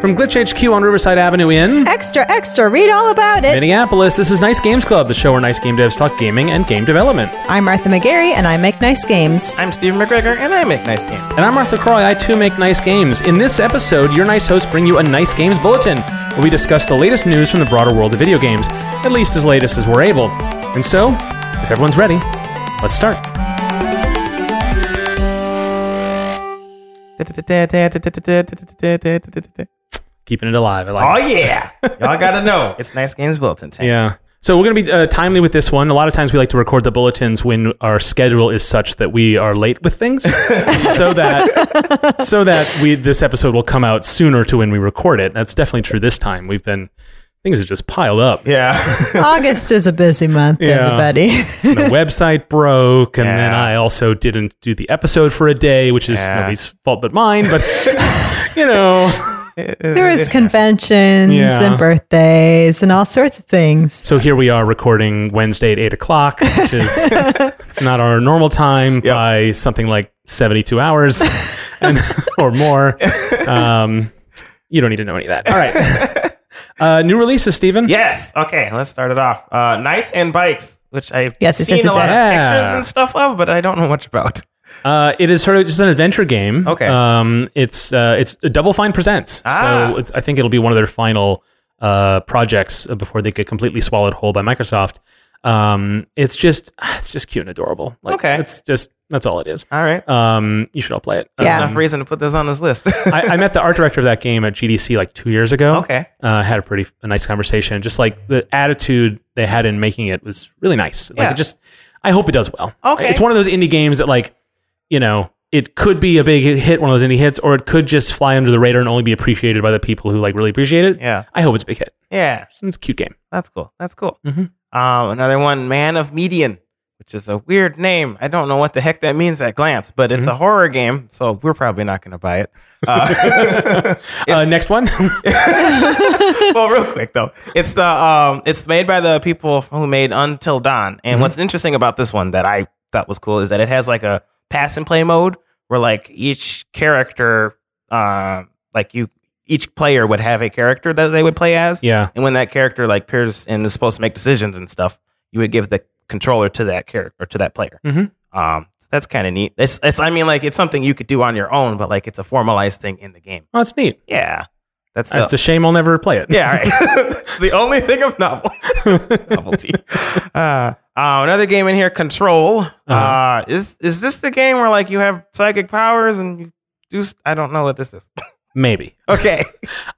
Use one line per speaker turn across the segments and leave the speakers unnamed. From Glitch HQ on Riverside Avenue in
Extra, extra, read all about it.
Minneapolis, this is Nice Games Club, the show where nice game devs talk gaming and game development.
I'm Martha McGarry, and I make nice games.
I'm Stephen McGregor, and I make nice games.
And I'm Arthur Croy, I too make nice games. In this episode, your nice hosts bring you a Nice Games Bulletin, where we discuss the latest news from the broader world of video games, at least as latest as we're able. And so, if everyone's ready, let's start. Keeping it alive. I like
Oh
it.
yeah, y'all gotta know it's nice games bulletin time.
Yeah. So we're going to be uh, timely with this one. A lot of times we like to record the bulletins when our schedule is such that we are late with things, so that so that we this episode will come out sooner to when we record it. That's definitely true this time. We've been things have just piled up.
Yeah.
August is a busy month,
Yeah.
everybody.
The website broke, and then
Yeah.
I also didn't do the episode for a day, which is
Yeah.
nobody's fault but mine. But you know,
there was conventions
Yeah.
and birthdays and all sorts of things.
so here we are recording Wednesday at eight o'clock, which is not our normal time
Yep.
by something like seventy-two hours and or more. Um, you don't need to know any of that. All right. Uh, new releases, Stephen.
Yes. Okay, let's start it off. Uh, Knights and Bikes, which I've
Yes, yes,
seen
yes,
a lot
yes,
yes.
of pictures
Yeah.
and stuff of, but I don't know much about.
Uh, it is sort of just an adventure game.
Okay.
Um, it's uh, it's Double Fine presents.
Ah.
So it's, I think it'll be one of their final uh, projects before they get completely swallowed whole by Microsoft. Um, it's just it's just cute and adorable. Like,
Okay. Ah.
It's just that's all it is.
All right,
Um, you should all play it.
Yeah.
Um,
enough reason to put this on this list.
I, I met the art director of that game at GDC like two years ago.
Okay.
uh, had a pretty a nice conversation. Just like the attitude they had in making it was really nice. Like
Yeah.
it just, I hope it does well.
Okay.
it's one of those indie games that like, you know, it could be a big hit, one of those indie hits, or it could just fly under the radar and only be appreciated by the people who like really appreciate it.
yeah.
I hope it's a big hit.
Yeah.
It's a cute game.
That's cool. That's cool.
Mhm.
Um, another one, Man of Median, which is a weird name. I don't know what the heck that means at glance, but it's a horror game, so we're probably not going to buy it. Uh,
Uh, next one.
well, real quick though, it's the um, it's made by the people who made Until Dawn, and what's interesting about this one that I thought was cool is that it has like a pass and play mode where like each character, uh, like you, each player would have a character that they would play as,
yeah.
and when that character like appears and is supposed to make decisions and stuff, you would give the controller to that character or to that player.
Mhm.
Um, so that's kind of neat. It's, it's, I mean, like it's something you could do on your own, but like it's a formalized thing in the game.
Oh, it's neat.
Yeah, that's the,
It's a shame I'll never play it.
yeah, all right. it's the only thing of novel novelty. Uh, uh, another game in here, Control. uh
Uh-huh.
is is this the game where like you have psychic powers and you do? St- I don't know what this is.
Maybe.
okay.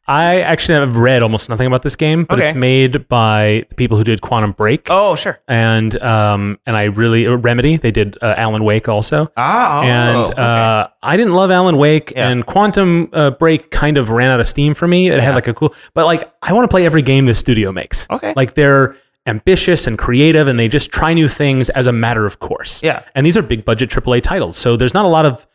I actually have read almost nothing about this game, but
Okay.
it's made by the people who did Quantum Break.
Oh, sure.
and um and I really uh, Remedy they did uh, Alan Wake also
Ah, oh,
and
okay.
uh, I didn't love Alan Wake
Yeah.
and Quantum uh, Break kind of ran out of steam for me it had like a cool but like I want to play every game this studio makes
Okay.
like they're ambitious and creative and they just try new things as a matter of course
Yeah.
and these are big budget AAA titles so there's not a lot of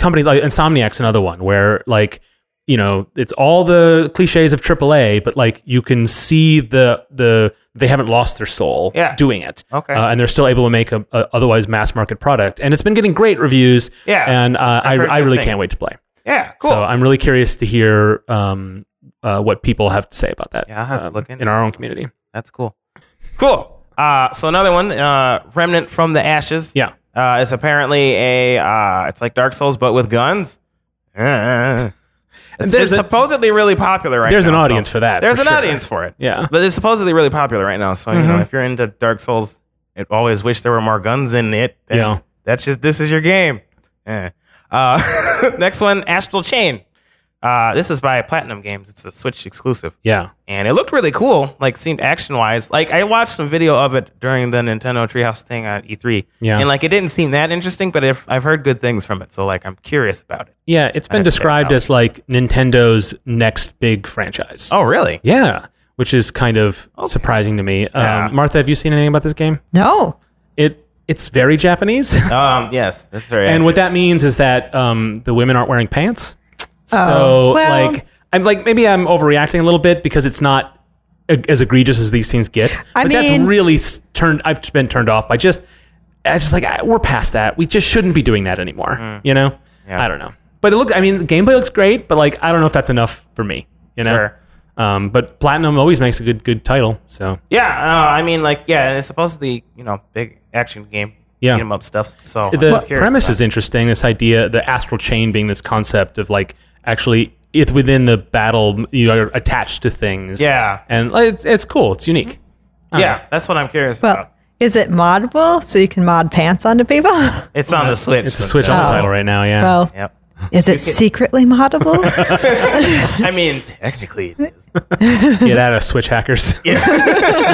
company like Insomniac's another one where like you know it's all the cliches of AAA, but like you can see the the they haven't lost their soul
Yeah.
doing it.
Okay.
uh, and they're still able to make a, a otherwise mass market product, and it's been getting great reviews.
Yeah.
and uh, I
heard
I
good
really
things.
can't wait to play.
yeah, cool.
So I'm really curious to hear um uh, what people have to say about that.
Yeah, I'll have to
um,
look into
in our own community.
that's cool. Cool. Uh, so another one, uh, Remnant from the Ashes.
Yeah,
Uh, it's apparently a uh, it's like Dark Souls but with guns. Uh, it's
There's
it's
a-
supposedly really popular right
there's
now.
an
so-
audience for that.
There's
for
an
sure.
audience for it.
Yeah.
But it's supposedly really popular right now. So, you
Mm-hmm.
know, if you're into Dark Souls, I always wish there were more guns in it. And
Yeah.
That's just, this is your game. Eh. Uh, next one, Astral Chain. Uh, this is by Platinum Games. It's a Switch exclusive.
Yeah.
And it looked really cool, like, seemed action wise. Like, I watched some video of it during the Nintendo Treehouse thing at E3.
Yeah.
And, like, it didn't seem that interesting, but if, I've heard good things from it. So, like, I'm curious about it.
Yeah, it's been
didn't check it
described
out.
as like Nintendo's next big franchise.
Oh, really?
Yeah, which is kind of surprising to me. Um,
Yeah.
Martha, have you seen anything about this game?
No.
It it's very Japanese,
Um, yes. That's very
and what that means is that um, the women aren't wearing pants. So
Oh, well-
like I'm like maybe I'm overreacting a little bit because it's not e- as egregious as these things get.
I
but
mean-
that's really s- turned. I've been turned off by just. I was just like I, we're past that. We just shouldn't be doing that anymore. You know.
Mm. Yeah.
I don't know. But it looked. I mean, the gameplay looks great, but like I don't know if that's enough for me. You know.
Sure.
Um, but Platinum always makes a good good title. So
Yeah, uh, I mean, like, yeah, and it's supposedly you know big action game,
Yeah.
beat 'em up stuff. So
the
I'm curious
premise
about
is interesting. This idea, the astral chain being this concept of like actually if within the battle you are attached to things.
Yeah.
and like, it's it's cool. It's unique.
it. yeah, that's what I'm curious
Well,
about.
is it moddable so you can mod pants onto people?
It's on the Switch.
It's a switch on the
Oh.
title right now. Yeah.
well,
Yep.
is it secretly moddable?
I mean, technically, it is. um,
Get out of Switch hackers.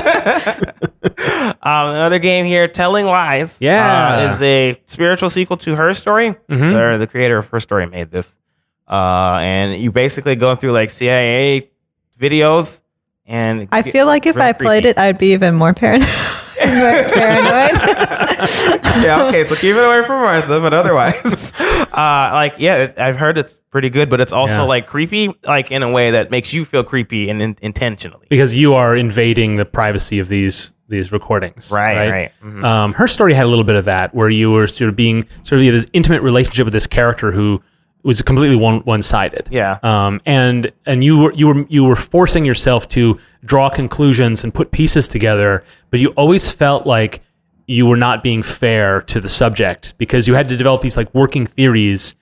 Um, another game here, Telling Lies.
Yeah. Mm-hmm.
uh, is a spiritual sequel to Her Story. They're- The creator of Her Story made this, uh, and you basically go through like CIA videos, and
I
get
feel like if
real
I played
creepy.
it, I'd be even more paranoid. paranoid.
yeah, okay, so keep it away from Martha, but otherwise, uh, like, yeah, it, I've heard it's pretty good, but it's also
Yeah.
like creepy, like in a way that makes you feel creepy and in, intentionally.
because you are invading the privacy of these these recordings.
Right, right. Mm-hmm.
Um, her story had a little bit of that, where you were sort of being sort of you had this intimate relationship with this character who was completely one one sided.
Yeah.
Um, and and you were you were you were forcing yourself to draw conclusions and put pieces together, but you always felt like you were not being fair to the subject because you had to develop these like working theories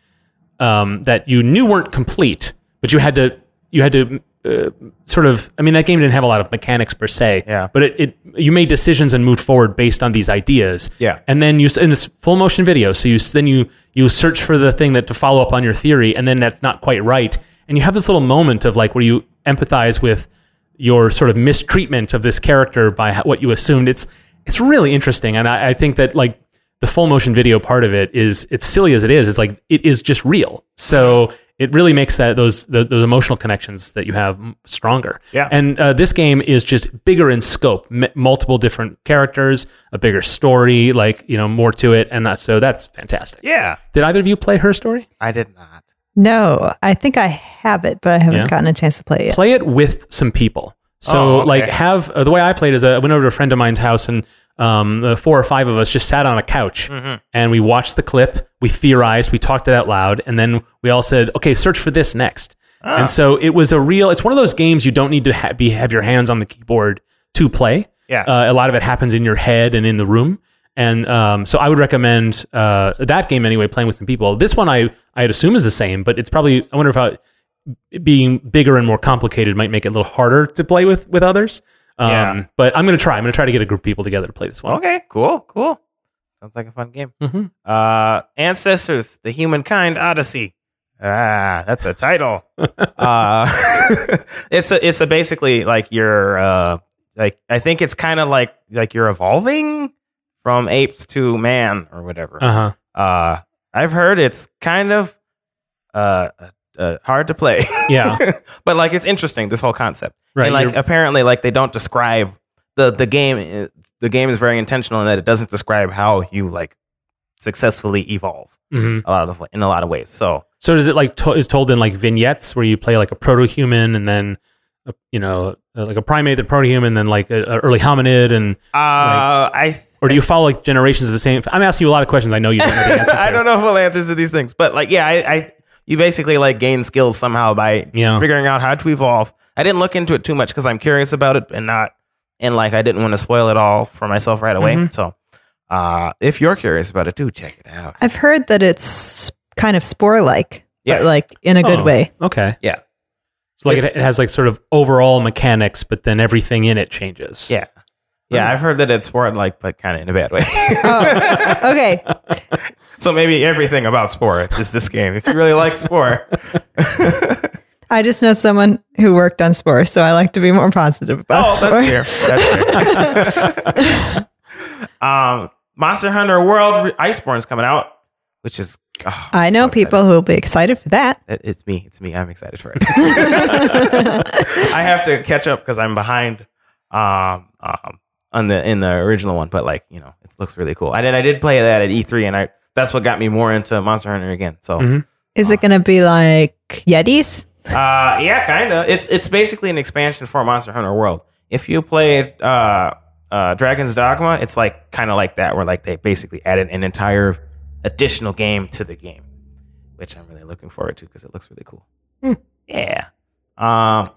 um, that you knew weren't complete, but you had to you had to uh, sort of. I mean, that game didn't have a lot of mechanics per se.
Yeah.
But it, it you made decisions and moved forward based on these ideas.
Yeah.
And then you s- in this full motion video, so you s- then you you search for the thing that to follow up on your theory, and then that's not quite right, and you have this little moment of like where you empathize with your sort of mistreatment of this character by ho- what you assumed. It's it's really interesting, and I, I think that like the full motion video part of it is it's silly as it is. It's like it is just real, so it really makes that those those, those emotional connections that you have m- stronger.
Yeah.
and uh, this game is just bigger in scope, m- multiple different characters, a bigger story, like you know more to it, and that, so that's fantastic.
Yeah.
Did either of you play her story?
I did not.
no, I think I have it, but I haven't
Yeah.
gotten a chance to play it.
play it with some people. So
Oh, okay.
like have uh, the way I played is uh, I went over to a friend of mine's house and um, the four or five of us just sat on a couch
Mm-hmm.
and we watched the clip, we theorized, we talked it out loud, and then we all said, "Okay, search for this next."
Ah.
And so it was a real. It's one of those games you don't need to ha- be have your hands on the keyboard to play.
Yeah.
uh, a lot of it happens in your head and in the room. And um, so I would recommend uh, that game anyway, playing with some people. This one I I'd assume is the same, but it's probably I wonder if I, it being bigger and more complicated might make it a little harder to play with with others. Um,
Yeah.
But I'm going to try. I'm going to try to get a group of people together to play this one.
Okay, cool, cool. Sounds like a fun game.
Mhm.
Uh, Ancestors, The Humankind Odyssey. Ah, that's a title. uh, it's a, it's a basically like you're, uh, like, I think it's kind of like, like you're evolving from apes to man or whatever.
Uh huh.
Uh, I've heard it's kind of uh, uh hard to play.
Yeah.
but like it's interesting this whole concept.
Right,
And like
you're-
apparently like they don't describe the the game is- the game is very intentional in that it doesn't describe how you like successfully evolve
hmm
a lot of in a lot of ways. So
So does it like to- is told in like vignettes where you play like a proto human and then uh, you know uh, like a primate, then proto human, then like an early hominid, and
uh I
or do you follow like generations of the same? I'm asking you a lot of questions. I know you don't know the answer. To.
I don't know full answers to these things, but like, yeah, I, I you basically like gain skills somehow by
Yeah.
figuring out how to evolve. I didn't look into it too much because I'm curious about it and not, and like I didn't want to spoil it all for myself right away. So, uh, if you're curious about it, do check it out.
I've heard that it's kind of spore like,
Yeah.
but like in a good
Oh,
way.
Okay.
Yeah,
So like it,
It's-
it has like sort of overall mechanics, but then everything in it changes.
yeah, yeah. I've heard that it's sport like, but kind of in a bad way.
Okay.
so maybe everything about sport is this game. If you really like sport,
I just know someone who worked on spore, so I like to be more positive about
Oh,
spore.
that's fair. That's fair. um, Monster Hunter World Re- Iceborne's coming out, which is. oh,
I know
so excited.
people who will be excited for that.
It- It's me. It's me. I'm excited for it. I have to catch up because I'm behind um, um, on the in the original one, but like you know, it looks really cool. I did. I did play that at E3, and I that's what got me more into Monster Hunter again. So.
Is
Ah.
it going to be like Yetis?
Uh, yeah, kind of. It's it's basically an expansion for Monster Hunter World. If you played uh, uh, Dragon's Dogma, it's like kind of like that, where like they basically added an entire additional game to the game, which I'm really looking forward to because it looks really cool.
Hmm.
Yeah. Um,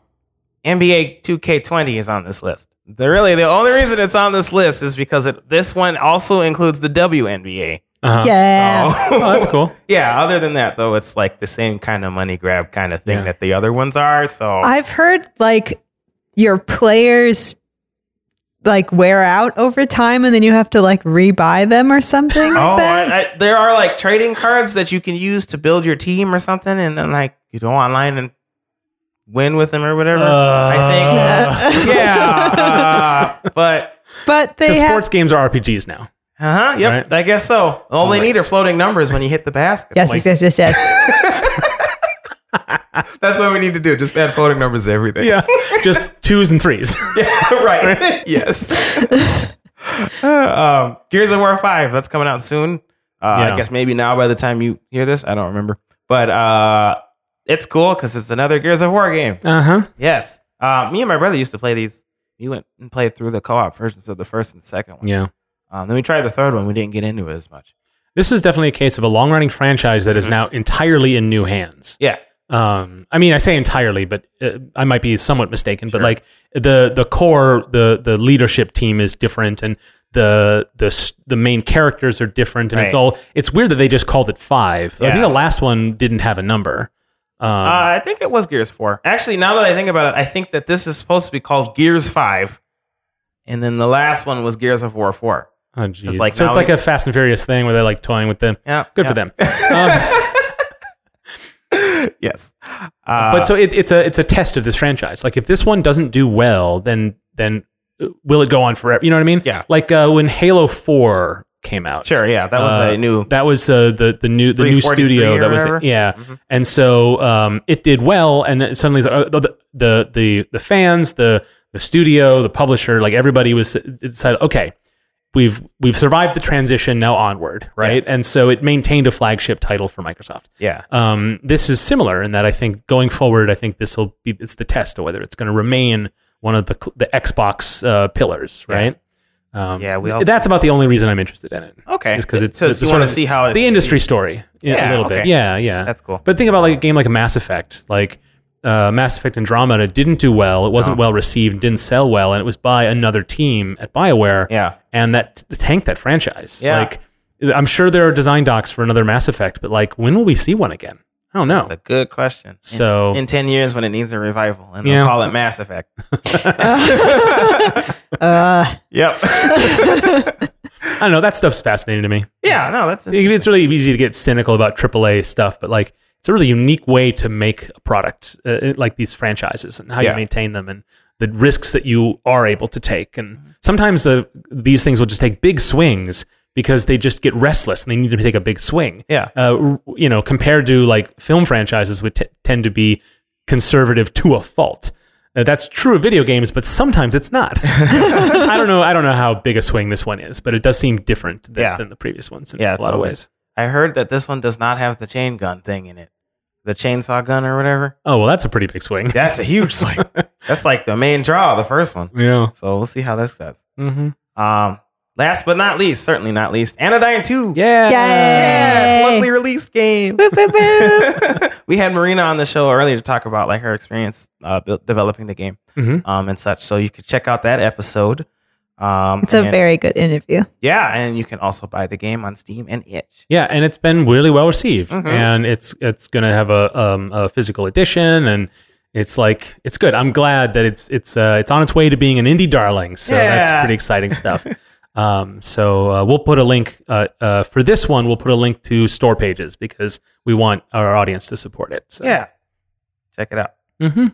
NBA 2K20 is on this list. The really the only reason it's on this list is because it, this one also includes the WNBA.
Uh-huh.
Yeah.
Oh, that's cool.
Yeah, other than that, though, it's like the same kind of money grab kind of thing
Yeah.
that the other ones are. So
I've heard like your players like wear out over time and then you have to like rebuy them or something like
oh,
that.
I, I, there are like trading cards that you can use to build your team or something, and then like you go online and win with them or whatever.
Uh,
I think, yeah, uh, but
but they
The
have
sports games are RPGs now.
uh huh, yep,
Right.
I guess so. All they
Alright.
need are floating numbers when you hit the basket.
Yes,
Like,
yes, yes, yes, yes.
that's what we need to do. Just add floating numbers to everything.
Yeah, just twos and threes.
right. yes. um, Gears of War Five. That's coming out soon. Uh,
Yeah.
I guess maybe now by the time you hear this, I don't remember. But uh, it's cool because it's another Gears of War game.
Uh huh.
Yes. Uh, me and my brother used to play these. We went and played through the co-op versions of the first and second one.
Yeah.
Um, then we tried the third one. We didn't get into it as much.
This is definitely a case of a long running franchise that
Mm-hmm.
is now entirely in new hands.
Yeah.
Um, I mean, I say entirely, but uh, I might be somewhat mistaken. But like the the core, the the leadership team is different, and the the s- the main characters are different, and it's
Right.
all. It's weird that they just called it five. I think
Yeah.
the last one didn't have a number. Um,
Uh, I think it was Gears 4. Actually, now that I think about it, I think that this is supposed to be called Gears 5. And then the last one was Gears of War 4.
oh, geez.
like
so it's
now
like
we-
a Fast and Furious thing where they're like toying with them.
Yeah.
Good
yeah.
for them. Um,
Yes. Uh,
but so it, it's a it's a test of this franchise. Like if this one doesn't do well, then then uh, will it go on forever? You know what I mean?
Yeah.
Like uh, when Halo Four came out.
sure, yeah, that was
uh,
a new.
That was uh, the the new the new
343
studio
or
that was
whatever?
yeah,
Mhm.
and so um, it did well, and then suddenly it's, uh, the, the the the fans, the the studio, the publisher, like everybody was uh, decided okay, we've we've survived the transition now onward, right? And so it maintained a flagship title for Microsoft.
yeah,
Um, this is similar in that I think going forward, I think this will be it's the test of whether it's going to remain one of the cl- the Xbox uh, pillars, right? Um,
Yeah, we also-
that's about the only reason I'm interested in it.
okay.
It's because it's,
so
it's
you
sort
want to
of
see how it's,
the industry story yeah,
Yeah,
a little bit.
okay.
Yeah, yeah.
That's cool.
But think about like a game like a Mass Effect, like uh, Mass Effect Andromeda didn't do well. It
Oh.
wasn't well received, didn't sell well, and it was by another team at Bioware
Yeah,
and that t- tanked that franchise.
Yeah.
Like I'm sure there are design docs for another Mass Effect, but like when will we see one again? I don't know.
it's a good question. In-
So-
in, ten years when it needs a revival, and they'll
Yeah.
call it Mass Effect.
Uh,
Yep.
I don't know. That stuff's fascinating to me.
yeah, no, that's
It- It's really easy to get cynical about AAA stuff, but like it's a really unique way to make a product uh, it- like these franchises and how you
Yeah.
maintain them and the risks that you are able to take. And sometimes the, these things will just take big swings because they just get restless and they need to take a big swing.
yeah,
uh, r- you know, compared to like film franchises, which t- tend to be conservative to a fault. Uh, that's true of video games, but sometimes it's not. I don't know. I don't know how big a swing this one is, but it does seem different than,
Yeah.
than the previous ones in
Yeah,
a lot of
totally.
ways.
I heard that this one does not have the chain gun thing in it, the chainsaw gun or whatever.
Oh well, that's a pretty big swing.
That's a huge swing. that's like the main draw, of the first one.
Yeah.
So we'll see how this does.
Mm-hmm.
Um, last but not least, certainly not least, Anodyne Two.
Yeah.
Yay.
Yes, monthly release game.
boop, boop, boop.
we had Marina on the show earlier to talk about like her experience uh, built, developing the game
Mhm.
um, and such. So you could check out that episode. Um,
It's a
and-
very good interview.
yeah, and you can also buy the game on Steam and itch.
Yeah, and it's been really well received,
Mhm.
and it's it's gonna have a um, a physical edition, and it's like it's good. I'm glad that it's it's uh, it's on its way to being an indie darling, so
Yeah.
that's pretty exciting stuff. um, so uh, we'll put a link uh, uh, for this one. We'll put a link to store pages because we want our audience to support it. So.
Yeah, check it out.
hmm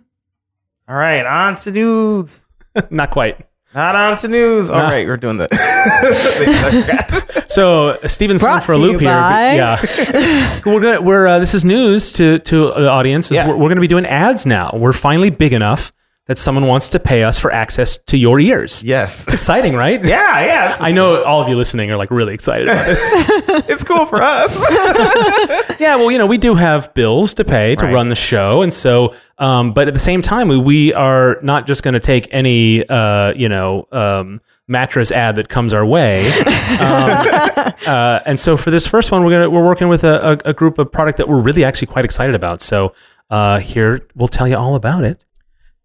All right, on to news.
not quite.
Not on to news. All
Nah.
right, we're doing the.
So uh, Steven's thrown
Brought
for a
to
loop
you
here.
by-
Yeah, we're gonna we're uh, this is news to to the audience. is
Yeah.
We're, we're gonna be doing ads now. We're finally big enough that someone wants to pay us for access to your ears. It's
Yes.
exciting, right?
Yeah, yeah. It's,
I know all of you listening are like really excited about this.
it's cool for us.
Yeah, well, you know, we do have bills to pay to
Right.
run the show, and so, um, but at the same time, we, we are not just going to take any, uh, you know, um, mattress ad that comes our way. um, uh, and so, for this first one, we're gonna we're working with a, a, a group of product that we're really actually quite excited about. So, uh, here we'll tell you all about it.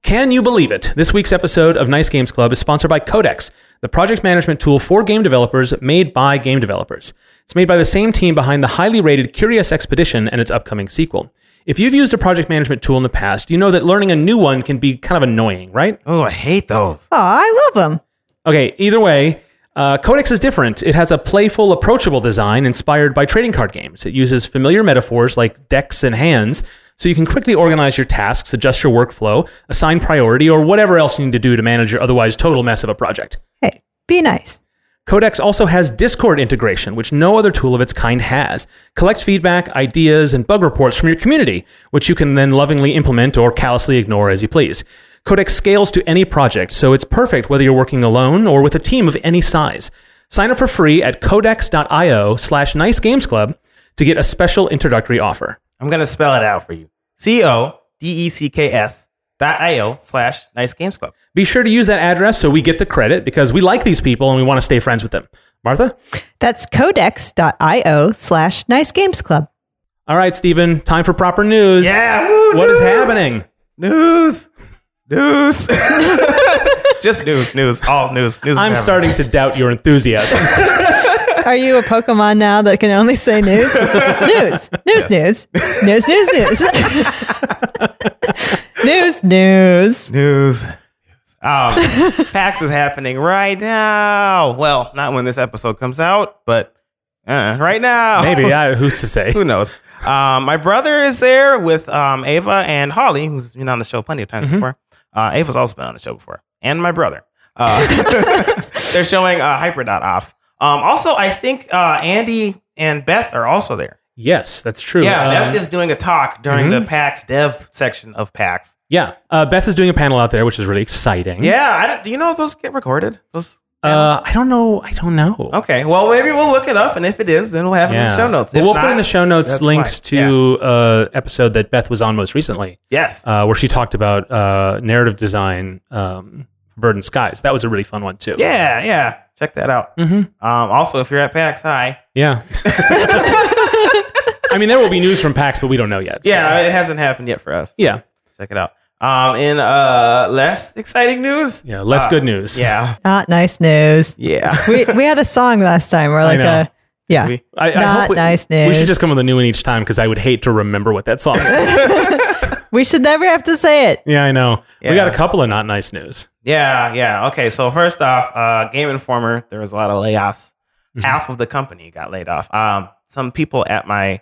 Can you believe it? This week's episode of Nice Games Club is sponsored by Codex, the project management tool for game developers made by game developers. It's made by the same team behind the highly rated Curious Expedition and its upcoming sequel. If you've used a project management tool in the past, you know that learning a new one can be kind of annoying, right?
oh, I hate those.
Oh, I love them.
Okay, either way, uh, Codex is different. It has a playful, approachable design inspired by trading card games. It uses familiar metaphors like decks and hands, so you can quickly organize your tasks, adjust your workflow, assign priority, or whatever else you need to do to manage your otherwise total mess of a project.
Hey, be nice.
Codex also has Discord integration, which no other tool of its kind has. Collect feedback, ideas, and bug reports from your community, which you can then lovingly implement or callously ignore as you please. Codex scales to any project, so it's perfect whether you're working alone or with a team of any size. Sign up for free at codex.io slash nicegamesclub to get a special introductory offer.
I'm going to spell it out for you. C O D E C K S dot I O slash Nice Games Club.
Be sure to use that address so we get the credit because we like these people and we want to stay friends with them. Martha?
That's codex.io slash nice games club.
All right, Stephen, time for proper news.
Yeah. Woo,
What is
news.
happening?
News. News. Just news, news, all news, news. is
I'm
happening.
starting to doubt your enthusiasm.
Are you a Pokemon now that can only say news? news, news, news, news, news, news, news, news.
News. Um, PAX is happening right now. Well, not when this episode comes out, but uh, right now.
Maybe I, who's to say?
Who knows? Um, my brother is there with um, Ava and Holly, who's been on the show plenty of times
Mm-hmm.
before. Uh, Ava's also been on the show before, and my brother. Uh, they're showing uh, Hyperdot off. Um, also, I think uh, Andy and Beth are also there.
Yes, that's true.
Yeah,
Um,
Beth is doing a talk during
mm-hmm.
the PAX dev section of PAX.
yeah. Uh, Beth is doing a panel out there, which is really exciting.
Yeah, I don't, do you know if those get recorded? Those
Uh, I don't know. I don't know.
Okay, well, maybe we'll look it up, and if it is, then we'll have it in
Yeah.
the show notes.
Well,
If
we'll
not,
put in the show notes
that's
links
fine.
to uh, episode that Beth was on most recently,
yes,
uh, where she talked about uh, narrative design, um, Verdant Skies. That was a really fun one too.
yeah, yeah, check that out.
Mhm.
Um, also, if you're at PAX, hi.
Yeah. I mean, there will be news from PAX, but we don't know yet. so-
Yeah, it hasn't happened yet for us.
Yeah.
Check it out. Um, in uh, less exciting news.
Yeah. Less
Uh,
good news.
Yeah,
Not nice news.
yeah.
We we had a song last time where like
know.
a yeah.
We-
I, I
Not
hope we,
nice
We should
news.
just come with a new one each time because I would hate to remember what that song is.
We should never have to say it.
Yeah, I know.
Yeah.
We got a couple of not nice news.
Yeah, yeah. Okay, so first off, uh, Game Informer, there was a lot of layoffs.
Mm-hmm.
Half of the company got laid off. Um, some people at my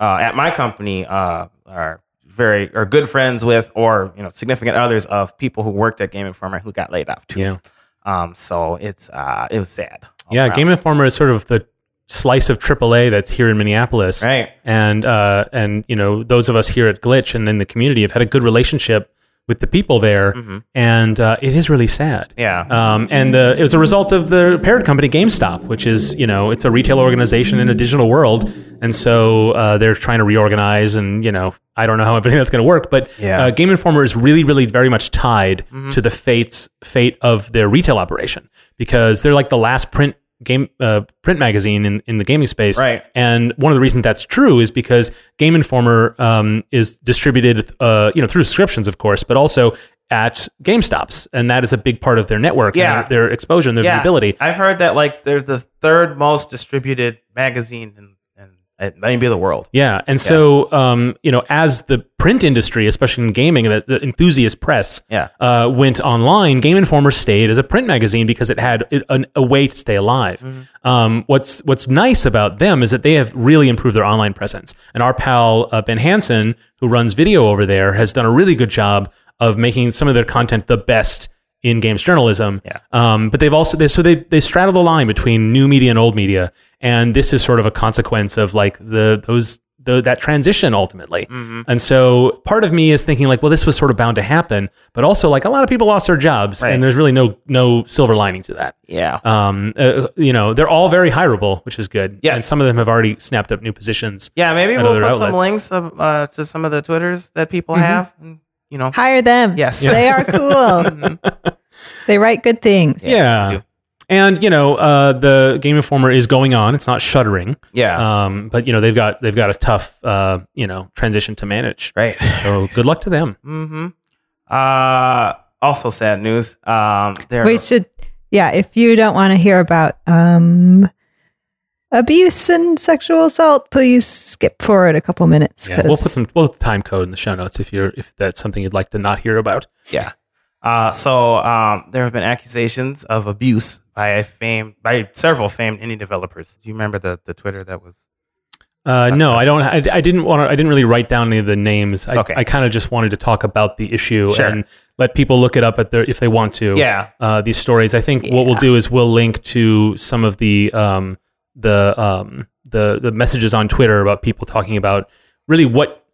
uh, at my company uh, are very are good friends with, or you know, significant others of people who worked at Game Informer who got laid off too.
Yeah.
Um, so it's uh, it was sad. all
yeah,
around.
Game Informer is sort of the slice of AAA that's here in Minneapolis.
right.
And uh, and you know, those of us here at Glitch and in the community have had a good relationship with the people there, and uh, it is really sad.
Mm-hmm. Yeah.
Um, and the, it was a result of the parent company GameStop, which is you know it's a retail organization in a digital world, and so uh, they're trying to reorganize. And you know I don't know how everything that's going to work, but
Yeah.
uh, Game Informer is really, really very much tied
Mm-hmm.
to the fates fate of their retail operation because they're like the last print game uh, print magazine in, in the gaming space,
Right.
And one of the reasons that's true is because Game Informer um, is distributed, uh, you know, through subscriptions, of course, but also at GameStops, and that is a big part of their network, and
Yeah.
their, their exposure, and their visibility.
I've heard that like there's the third most distributed magazine in, in, in maybe the world.
Yeah, and so um, you know, as the print industry, especially in gaming, the, the enthusiast press,
Yeah.
uh, went online. Game Informer stayed as a print magazine because it had it- an, a way to stay alive.
Mm-hmm.
Um, what's What's nice about them is that they have really improved their online presence. And our pal uh, Ben Hansen, who runs video over there, has done a really good job of making some of their content the best in games journalism.
Yeah.
Um, but they've also they, so they they straddle the line between new media and old media, and this is sort of a consequence of like the those the, that transition ultimately.
Mm-hmm.
And so part of me is thinking like, well, this was sort of bound to happen, but also like a lot of people lost their jobs,
Right.
and there's really no no silver lining to that.
Yeah.
Um, uh, you know, they're all very hireable, which is good.
Yes.
and some of them have already snapped up new positions.
Yeah, maybe
at
we'll put
other
some
outlets.
links of, uh, to some of the Twitters that people have. And, you know,
Hire them.
Yes.
Mm-hmm. They are cool. they write good things.
Yeah. And you know, uh, the Game Informer is going on. It's not shuttering.
yeah,
Um, but you know, they've got they've got a tough uh, you know transition to manage.
right.
So good luck to them.
Mm-hmm. Uh, also, sad news. Um, there.
We should, yeah, if you don't want to hear about um, abuse and sexual assault, please skip forward a couple minutes.
Yeah, we'll put some we'll put the time code in the show notes if you're if that's something you'd like to not hear about.
yeah. Uh, so um, there have been accusations of abuse by a fame by several famed indie developers. Do you remember the the Twitter that was?
Uh, no, I don't. I, I didn't want to. I didn't really write down any of the names. I,
Okay.
I kind of just wanted to talk about the issue
Sure.
and let people look it up at their if they want to.
Yeah.
Uh, these stories. I think what we'll do is we'll link to some of the um, the um, the the messages on Twitter about people talking about really what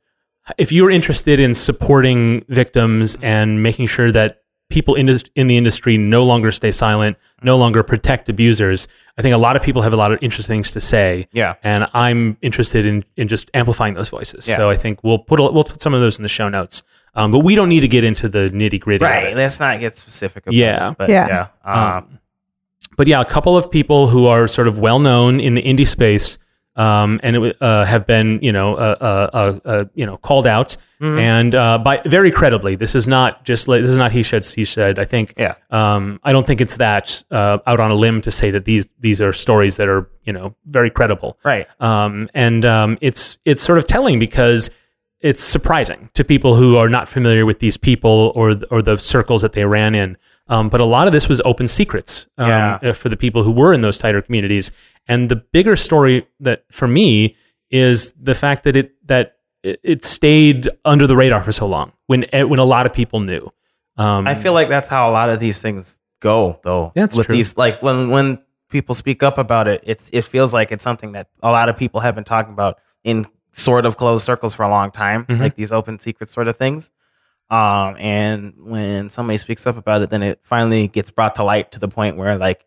if you're interested in supporting victims
Mm-hmm.
and making sure that people in, this- in the industry no longer stay silent,
Mm-hmm.
no longer protect abusers. I think a lot of people have a lot of interesting things to say
Yeah.
and I'm interested in, in just amplifying those voices.
Yeah.
So I think we'll put a, we'll put some of those in the show notes. Um, but we don't need to get into the nitty gritty.
Right. Let's not get specific. About
Yeah.
It, but
Yeah.
yeah. Um,
But yeah, a couple of people who are sort of well known in the indie space um, and it, w- uh, have been you know uh, uh, uh, uh, you know called out
Mm-hmm.
and uh, by very credibly. This is not just like, this is not he said she said. I think
Yeah.
um, I don't think it's that uh, out on a limb to say that these these are stories that are you know very credible.
Right.
um, and um, it's it's sort of telling because it's surprising to people who are not familiar with these people or th- or the circles that they ran in. Um, but a lot of this was open secrets um,
Yeah.
uh, for the people who were in those tighter communities. And the bigger story that for me is the fact that it that it, it stayed under the radar for so long when eh, when a lot of people knew. Um,
I feel like that's how a lot of these things go, though.
That's
with
true.
these like when when people speak up about it, it's it feels like it's something that a lot of people have been talking about in sort of closed circles for a long time,
Mhm.
like these open secret sort of things. Um, and when somebody speaks up about it, then it finally gets brought to light to the point where like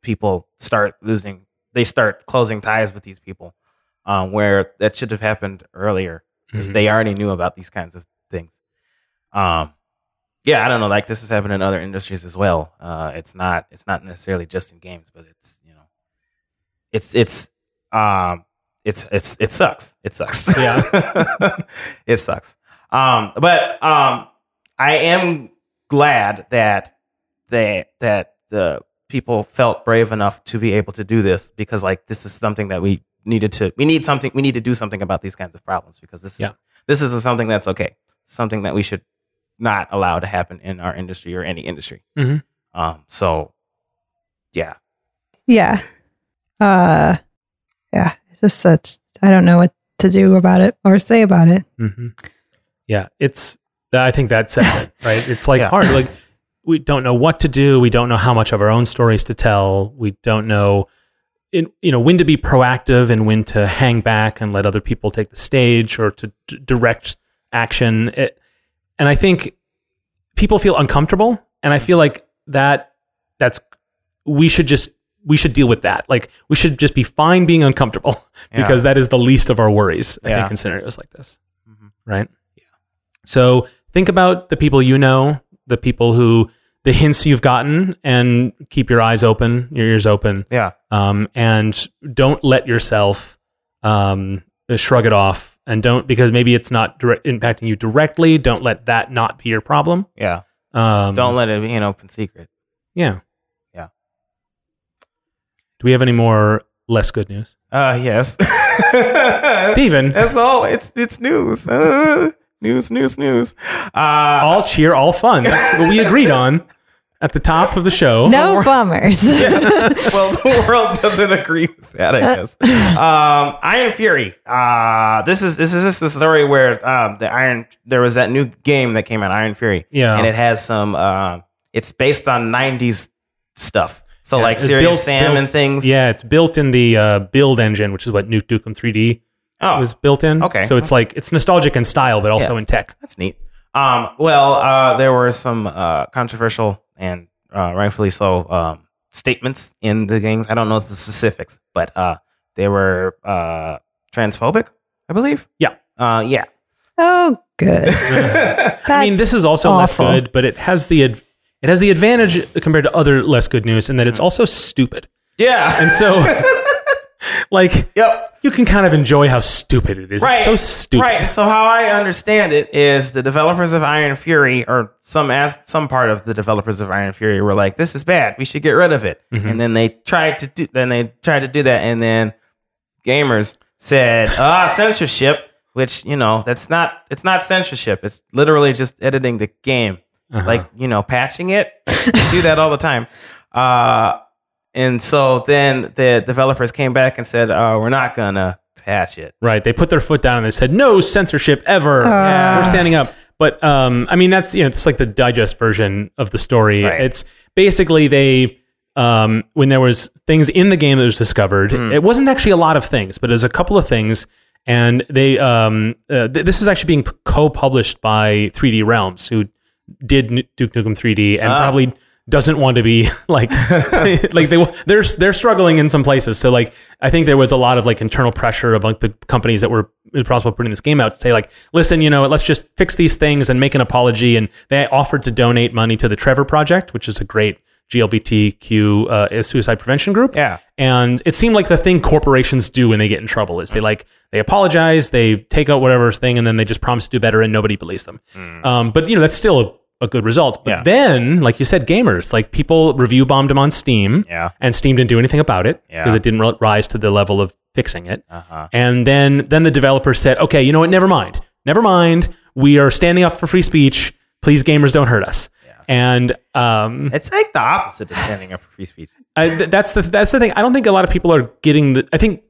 people start losing, they start closing ties with these people, um, where that should have happened earlier if
Mhm.
they already knew about these kinds of things. Um, yeah, I don't know. Like this has happened in other industries as well. Uh, it's not it's not necessarily just in games, but it's you know, it's it's um, it's it's it sucks. It sucks. Yeah, it sucks. Um, but um, I am glad that they that the people felt brave enough to be able to do this because like this is something that we needed to we need something we need to do something about these kinds of problems because this
Yeah.
is this is something that's okay something that we should not allow to happen in our industry or any industry
Mhm.
um so yeah
Yeah. Uh, yeah. It's just such, I don't know what to do about it or say about it.
hmm Yeah, it's. I think that's it, right? It's like
Yeah.
hard. Like we don't know what to do. We don't know how much of our own stories to tell. We don't know, in, you know, when to be proactive and when to hang back and let other people take the stage or to d- direct action. It, and I think people feel uncomfortable, and I feel like that. That's we should just we should deal with that. Like we should just be fine being uncomfortable
Yeah.
because that is the least of our worries. I
Yeah.
think in scenarios like this
Mhm.
right? So think about the people you know, the people who, the hints you've gotten, and keep your eyes open, your ears open,
yeah
um, and don't let yourself um, shrug it off. And don't, because maybe it's not direct, impacting you directly, don't let that not be your problem.
yeah
Um,
don't let it be an open secret
Yeah.
Yeah.
Do we have any more less good news?
uh yes
Steven,
that's all it's it's news Uh, news news news uh
all cheer, all fun. That's what we agreed on at the top of the show.
No bummers.
well, the world doesn't agree with that, I guess. Um, Iron Fury. Uh, this is this is this is the story where um, the Iron there was that new game that came out, Iron Fury.
Yeah.
and it has some. Uh, it's based on '90s stuff, so
Yeah,
like
it's
Serious
built-
Sam
built-
and things.
Yeah, it's built in the uh, build engine, which is what Nuke Dukem 3D
Oh,
was built in.
Okay.
So it's like it's nostalgic in style, but also in tech.
That's neat. Um, well, uh, there were some uh, controversial and uh, rightfully so um, statements in the gangs. I don't know the specifics, but uh, they were uh, transphobic, I believe.
Yeah.
Uh, yeah.
Oh, good.
yeah.
I mean, this is also less
awful.
good, but it has the ad- it has the advantage compared to other less good news in that it's also stupid. And so, like,
yep.
you can kind of enjoy how stupid it is.
Right.
It's so stupid.
Right. So how I understand it is the developers of Iron Fury or some as some part of the developers of Iron Fury were like, this is bad. We should get rid of it.
Mm-hmm.
And then they tried to do then they tried to do that and then gamers said, ah, censorship, which, you know, that's not it's not censorship. It's literally just editing the game.
Uh-huh.
Like, you know, patching it. they do that all the time. Uh and so then the developers came back and said, "Oh, we're not gonna patch it."
Right. They put their foot down and they said, no censorship ever. We're standing up. But um, I mean, that's, you know, it's like the digest version of the story.
Right.
It's basically they, um, when there was things in the game that was discovered,
Hmm.
it wasn't actually a lot of things, but there's a couple of things. And they, um, uh, th- this is actually being p- co-published by 3D Realms, who did Nu- Duke Nukem 3D
Ah.
and probably doesn't want to be like like they they're they're struggling in some places. So like I think there was a lot of like internal pressure among the companies that were responsible for putting this game out to say like listen, you know, let's just fix these things and make an apology and they offered to donate money to the Trevor Project, which is a great GLBTQ uh, suicide prevention group.
Yeah.
And it seemed like the thing corporations do when they get in trouble is they like they apologize, they take out whatever thing, and then they just promise to do better, and nobody believes them. Um, but you know that's still a, a good result. But
Hmm. Yeah.
then, like you said, gamers like people review bombed them on Steam,
Yeah.
and Steam didn't do anything about it
Yeah.
because it didn't ri- rise to the level of fixing it.
Uh-huh.
And then then the developer said, okay, you know what? Never mind. Never mind. We are standing up for free speech. Please, gamers, don't hurt us. And um,
It's like the opposite of standing up for free speech.
I, th- that's the that's the thing. I don't think a lot of people are getting the. I think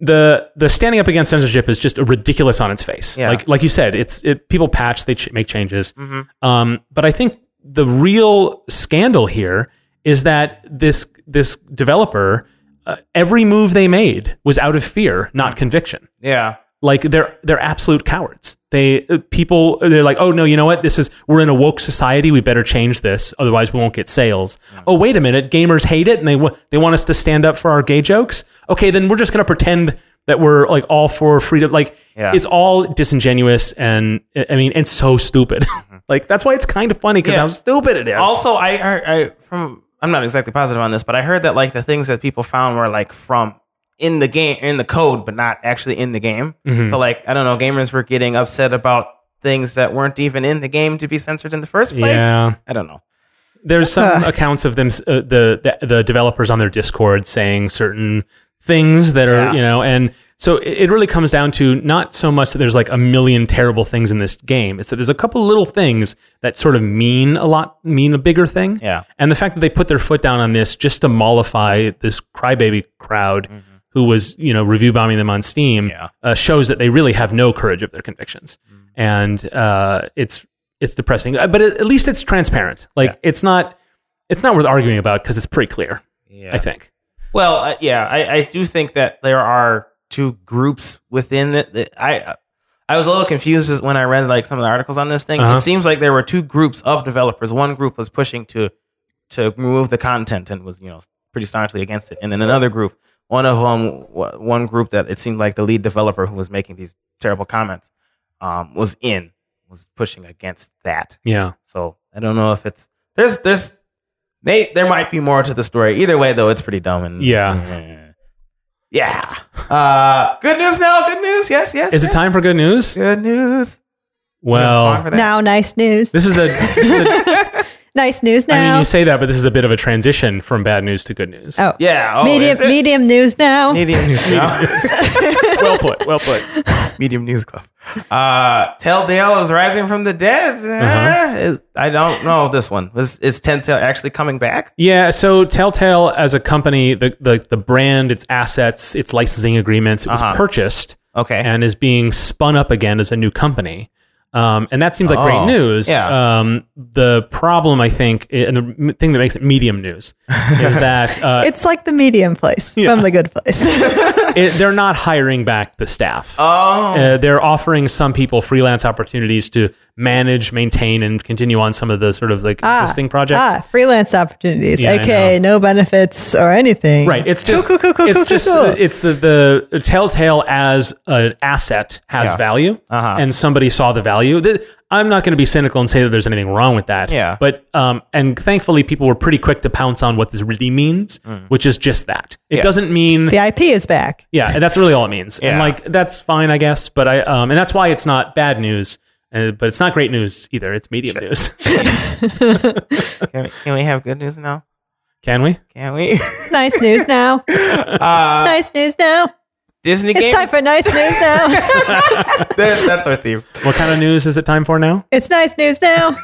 the the standing up against censorship is just ridiculous on its face.
Yeah.
Like like you said, it's it, people patch, they ch- make changes. Um, but I think the real scandal here is that this this developer, uh, every move they made was out of fear, not conviction
Yeah.
like they're they're absolute cowards they uh, people they're like oh no you know what this is we're in a woke society we better change this otherwise we won't get sales oh wait a minute gamers hate it and they wa- they want us to stand up for our gay jokes okay then we're just going to pretend that we're like all for freedom like
Yeah.
it's all disingenuous and i I mean and so stupid like that's why it's kind of funny because
Mm-hmm. Yeah.
how stupid it is
Also, I, I I from I'm not exactly positive on this, but I heard that like the things that people found were like from in the game in the code, but not actually in the game.
Mm-hmm.
So like I don't know, gamers were getting upset about things that weren't even in the game to be censored in the first place.
yeah
I don't know.
there's some accounts of them uh, the, the the developers on their discord saying certain things that are
Yeah.
you know and so it, it really comes down to not so much that there's like a million terrible things in this game it's that there's a couple little things that sort of mean a lot mean a bigger thing
Yeah.
and the fact that they put their foot down on this just to mollify this crybaby crowd who was, you know, review bombing them on Steam
Mm-hmm. Yeah. Mm-hmm.
uh, shows that they really have no courage of their convictions. And uh, it's it's depressing, Uh, but at at least it's transparent. Like it's not it's not worth arguing about because it's pretty clear.
Yeah.
I think.
Well, uh, yeah, I, I do think that there are two groups within it. that- I I was a little confused as- when I read like some of the articles on this thing.
Uh-huh.
It seems like there were two groups of developers. One group was pushing to to remove the content and was you know pretty staunchly against it, and then another group. One of them, one group that it seemed like the lead developer who was making these terrible comments um, was in, was pushing against that.
Yeah.
So I don't know if it's there's there's they there might be more to the story. Either way, though, it's pretty dumb and
Yeah.
yeah. Uh, good news now. Good news. Yes, yes.
Is
yes.
it time for good news?
Good news. We have a song
Well,
for that?
now, nice news.
this is a. this is a-
nice news
I
now.
mean, you say that, but this is a bit of a transition from bad news to good news.
Oh.
Yeah. Oh,
medium,
is it?
medium news now.
Medium news. Now.
well put. Well put.
medium news club. Uh, Tell Dale is rising from the dead.
Uh-huh.
Uh, is- I don't know this one. Is is Telltale actually coming back?
Yeah, so Telltale as a company, the the, the brand, its assets, its licensing agreements, it was purchased
Uh-huh. Okay.
and is being spun up again as a new company. Um, and that seems like
Oh,
great news.
yeah.
Um, the problem, I think, i- and the m- thing that makes it medium news is that uh,
It's like the medium place from the good place.
it, they're not hiring back the staff.
Oh,
Uh, they're offering some people freelance opportunities to manage, maintain, and continue on some of the sort of like existing projects.
ah, freelance opportunities,
Yeah, I
aka no benefits or anything.
Right. It's just
Cool, cool, cool, cool,
it's
cool,
just
cool.
uh, it's the the telltale as an asset has
Yeah.
value,
Uh-huh.
and somebody saw the value. Th- I'm not going to be cynical and say that there's anything wrong with that.
Yeah.
But um, and thankfully, people were pretty quick to pounce on what this really means,
Mm.
which is just that. It
Yeah.
doesn't mean
the IP is back.
yeah, and that's really all it means. And
Yeah.
like that's fine, I guess. But I um, and that's why it's not bad news, uh, but it's not great news either. It's medium news.
can, we, can we have good news now?
Can we?
Can we?
Nice news now.
Uh,
nice news now.
Disney games.
It's time for nice news now.
That- that's our theme.
What kind of news is it time for now?
it's nice news now.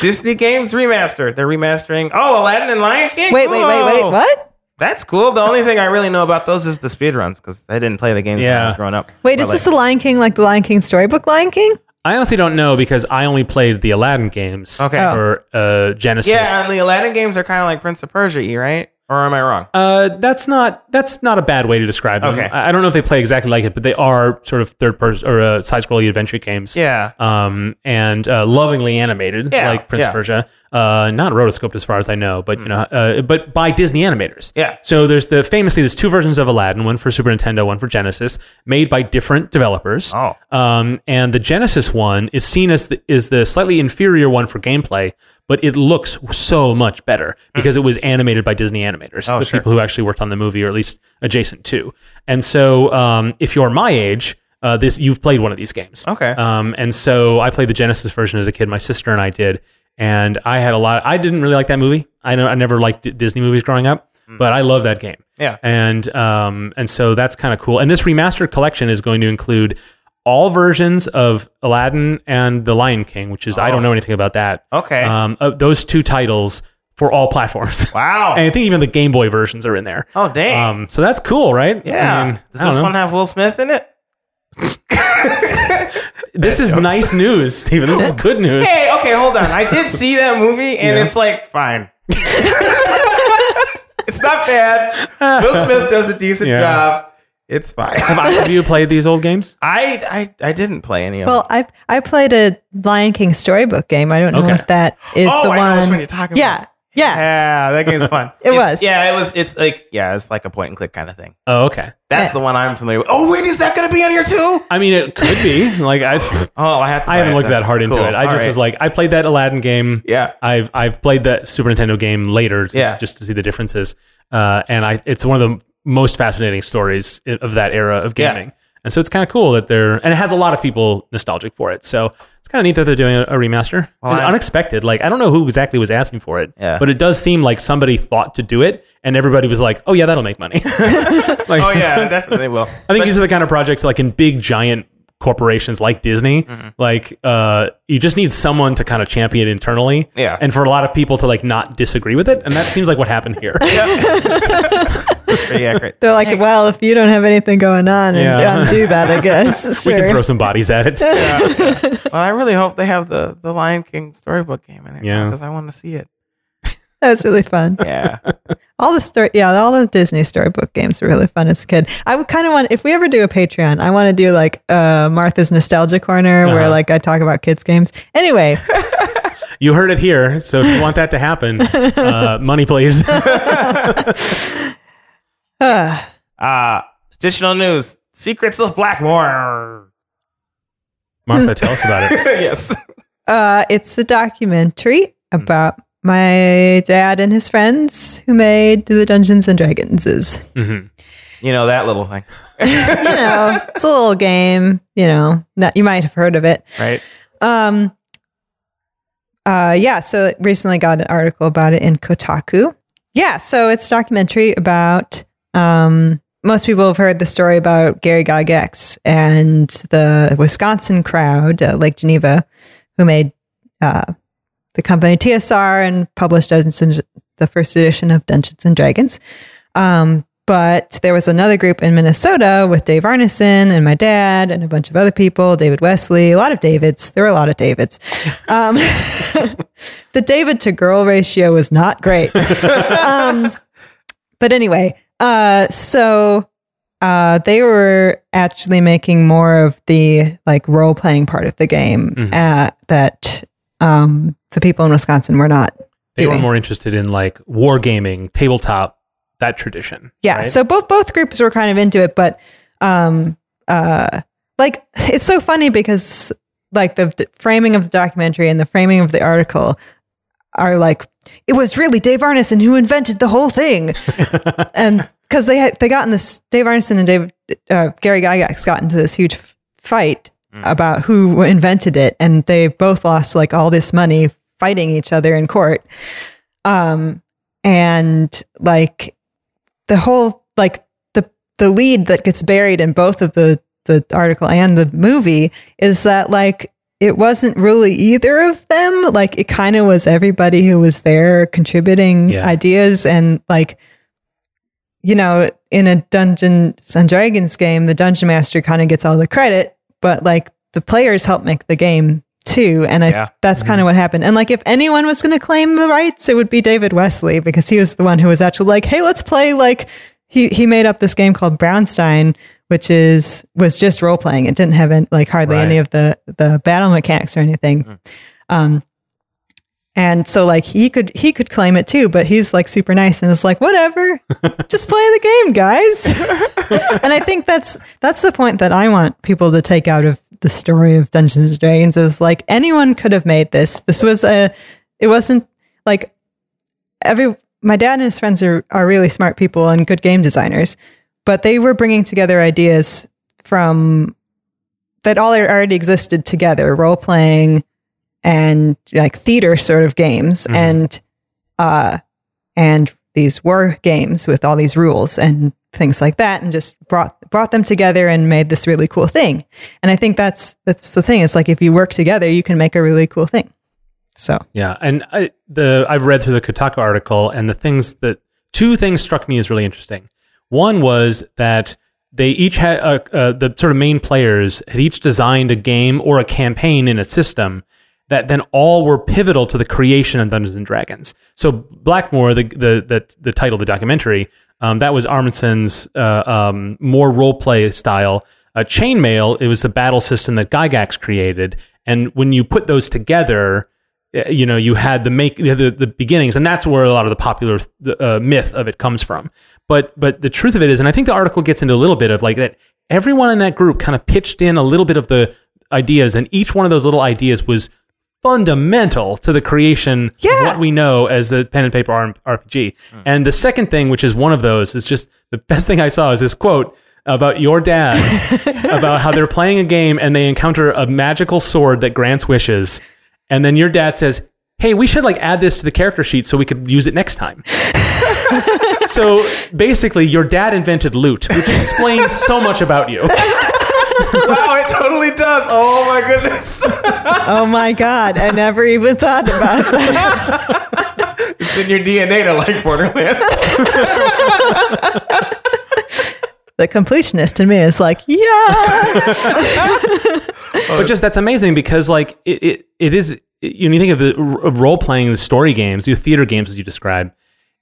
Disney games remastered. They're remastering. Oh, Aladdin and Lion King.
Wait, wait, wait, wait.
Cool.
What?
That's cool. The only thing I really know about those is the speed runs because I didn't play the games when I
Yeah.
was growing up.
Wait,
But,
is
like,
this the Lion King like the Lion King storybook Lion King?
I honestly don't know because I only played the Aladdin games
Okay. Oh.
for uh, Genesis.
Yeah, and the Aladdin games are kind of like Prince of Persia, right? Or am I wrong?
uh, that's not that's not a bad way to describe them.
Okay.
I I don't know if they play exactly like it, but they are sort of third person or uh, side scrolling adventure games.
yeah.
Um, and uh, lovingly animated,
Yeah,
like Prince
yeah.
of
Mm.
Persia. Uh, not rotoscoped as far as I know, but you know, uh, but by Disney animators.
Yeah.
So there's the famously there's two versions of Aladdin, one for Super Nintendo, one for Genesis, made by different developers.
Oh.
Um, and the Genesis one is seen as the, is the slightly inferior one for gameplay, but it looks so much better because it was animated by Disney animators, the
Mm. Oh, sure.
people who actually worked on the movie or at least adjacent to. And so, um, if you're my age. Uh, this you've played one of these games,
Okay.
Um, and so I played the Genesis version as a kid. My sister and I did, and I had a lot. I didn't really like that movie. I know I never liked D- Disney movies growing up, but I love that game
Hmm. Yeah.
and um, and so that's kind of cool. And this remastered collection is going to include all versions of Aladdin and The Lion King, which is I don't know anything about that.
Oh. Okay.
um, of those two titles for all platforms.
Wow.
and I think even the Game Boy versions are in there.
oh, dang.
Um, so that's cool, right?
yeah.
I mean,
Does
I don't
this
know.
one have Will Smith in it?
this is nice news, Steven. This is good news.
Hey, okay, hold on. I did see that movie, and
Yeah.
it's like fine. it's not bad. Will Smith does a decent
Yeah.
job. It's fine.
Have you played these old games?
I, I I didn't play any of
Well,
them.
I I played a Lion King storybook game. I don't know
Okay.
if that is
Oh,
the
I
one.
know which one you're talking
yeah,
about.
yeah.
Yeah, that game's fun.
It
It's-
was.
Yeah, it was. It's like yeah, it's like a point and click kind of thing.
Oh, okay.
That's
Yeah.
the one I'm familiar with. Oh wait, is that going to be on here too?
I mean, it could be like I.
Oh, I have to.
I
buy
haven't
it
looked
then.
that hard into
Cool.
it. I
All
just
right.
was like, I played that Aladdin game.
Yeah.
I've I've played that Super Nintendo game later, to-
Yeah.
just to see the differences. Uh, and I, it's one of the most fascinating stories i- of that era of
Yeah.
gaming. And so it's kind of cool that they're, and it has a lot of people nostalgic for it. So it's kind of neat that they're doing a, a remaster.
Well,
And
I-
unexpected. Like I don't know who exactly was asking for it,
Yeah.
but it does seem like somebody thought to do it, and everybody was like, "Oh yeah, that'll make money." Like-
oh yeah, it definitely will.
I think these are the kind of projects like in big giant corporations like Disney, like uh, you just need someone to kind of champion internally,
Yeah.
and for a lot of people to like not disagree with it, and that seems like what happened here.
Pretty accurate.
They're like, well, if you don't have anything going on, and
Yeah.
don't do that, I guess.
We
Sure.
can throw some bodies at it. Yeah,
Well, I really hope they have the the Lion King storybook game in it.
Yeah.
because I want to see it.
that was really fun.
Yeah.
All the story, yeah, all the Disney storybook games were really fun as a kid. I would kind of want, if we ever do a Patreon, I want to do like uh, Martha's Nostalgia Corner, where
Uh-huh.
like I talk about kids games. Anyway,
you heard it here, so if you want that to happen, uh, money please.
uh,
Uh, additional news: Secrets of Blackmore.
Martha, tell us about it.
yes.
uh, it's the documentary about my dad and his friends who made the Dungeons and Dragonses.
hmm
You know that little thing,
You know, it's a little game. You know, that you might have heard of it.
right?
Um, uh, yeah, so it recently got an article about it in Kotaku. Yeah, so it's a documentary about. Um, most people have heard the story about Gary Gygax and the Wisconsin crowd, uh, Lake Geneva, who made uh, the company TSR and published Dungeons and, the first edition of Dungeons and Dragons. Um, But there was another group in Minnesota with Dave Arneson and my dad and a bunch of other people, David Wesley, a lot of Davids. There were a lot of Davids. Um, the David to girl ratio was not great. um, but anyway, uh, so uh, they were actually making more of the like role playing part of the game
Mhm.
uh, that um, the people in Wisconsin were not
They were
doing.
more interested in like wargaming, tabletop, that tradition.
Yeah.
right?
So both both groups were kind of into it, but um uh like it's so funny because like the d- framing of the documentary and the framing of the article are like it was really Dave Arneson who invented the whole thing, and because they had, they got in this Dave Arneson and Dave uh, Gary Gygax got into this huge f- fight about who invented it, and they both lost like all this money fighting each other in court, um, and like the whole like the the lead that gets buried in both of the the article and the movie is that like it wasn't really either of them like it kind of was everybody who was there contributing
Yeah.
ideas and like you know in a dungeons and dragons game the dungeon master kind of gets all the credit but like the players help make the game too and I,
Yeah.
that's kind of what happened and like if anyone was going to claim the rights it would be david wesley because he was the one who was actually like hey let's play like he he made up this game called brownstein which is was just role playing it didn't have any, like hardly
Right.
any of the the battle mechanics or anything um and so like he could he could claim it too but he's like super nice and is like whatever just play the game guys and i think that's that's the point that i want people to take out of the story of dungeons and dragons is like anyone could have made this this was a it wasn't like every my dad and his friends are, are really smart people and good game designers but they were bringing together ideas from that all already existed together role playing and like theater sort of games
Mhm.
and uh and these war games with all these rules and things like that and just brought brought them together and made this really cool thing and i think that's that's the thing it's like if you work together you can make a really cool thing so
Yeah, and I, the I've read through the Kotaku article, and the things that two things struck me as really interesting. One was that they each had uh, uh, the sort of main players had each designed a game or a campaign in a system that then all were pivotal to the creation of Dungeons and Dragons. So Blackmore, the the the, the title of the documentary, um, that was Armenson's uh, um, more role play style. Uh, Chainmail, it was the battle system that Gygax created, and when you put those together, uh, you know you had the make the, the, the beginnings and that's where a lot of the popular uh, myth of it comes from but but the truth of it is and i think the article gets into a little bit of like that everyone in that group kind of pitched in a little bit of the ideas and each one of those little ideas was fundamental to the creation of
Yeah.
what we know as the pen and paper R- rpg and the second thing which is one of those is just the best thing i saw is this quote about your dad about how they're playing a game and they encounter a magical sword that grants wishes. And then your dad says, Hey, we should like add this to the character sheet so we could use it next time. so basically, your dad invented loot, which explains so much about you.
wow, it totally does. Oh my goodness.
oh my god i never even thought about that
it's in your DNA to like Borderlands.
the completionist in me is like yeah
but just that's amazing because like it, it, it is you know, you think of the of role playing the story games the theater games as you describe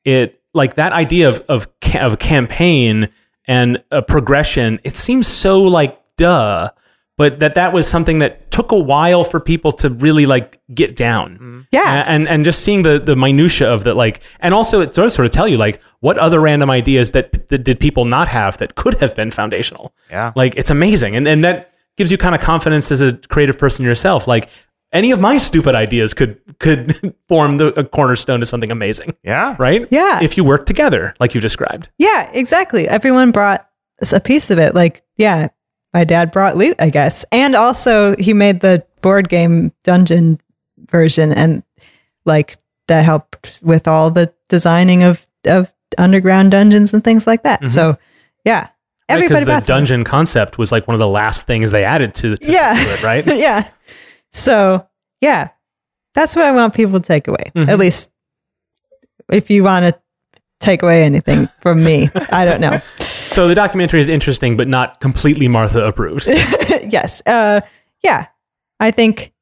it like that idea of of, ca- of campaign and a progression it seems so like duh but that that was something that took a while for people to really like get down
Yeah.
A- and and just seeing the the minutia of that like and also it does sort of tell you like what other random ideas that, that did people not have that could have been foundational
Yeah.
like it's amazing and and that gives you kind of confidence as a creative person yourself like any of my stupid ideas could could form the a cornerstone to something amazing
Yeah.
right
Yeah.
if you work together like you described
Yeah, exactly. Everyone brought s- a piece of it. Like, yeah, my dad brought loot, I guess. And also, he made the board game dungeon version, and like that helped with all the designing of of underground dungeons and things like that. So, yeah,
because
everybody
the
brought something.
dungeon concept was like one of the last things they added to, to
Yeah.
to it, right
yeah. So, yeah, that's what I want people to take away. At least, if you want to take away anything from me. I don't know.
So the documentary is interesting, but not completely Martha approved.
yes. Uh, yeah. I think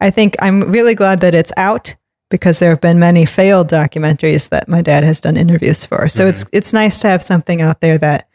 I think I'm really glad that it's out because there have been many failed documentaries that my dad has done interviews for. So it's it's nice to have something out there that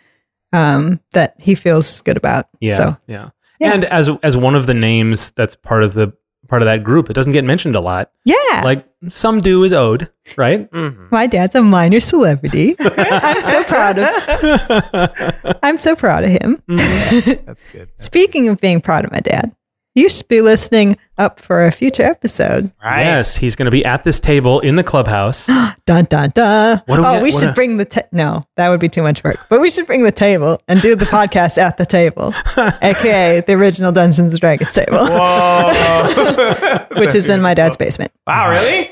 um, that he feels good about.
Yeah,
So
yeah,
Yeah.
And as as one of the names that's part of the part of that group, it doesn't get mentioned a lot.
yeah.
Like some do is owed, right?
Mhm.
my dad's a minor celebrity. I'm so proud of I'm so proud of him.
That's good.
Speaking of being proud of my dad, you should be listening up for a future episode.
Right.
Yes, he's going to be at this table in the clubhouse.
Dun dun dun.
What do we-
oh, we
what
should
a-
bring the ta- no. That would be too much work. But we should bring the table and do the podcast at the table, aka the original Dungeons and Dragons table,
Whoa.
which is in my dad's basement.
Oh. wow, really?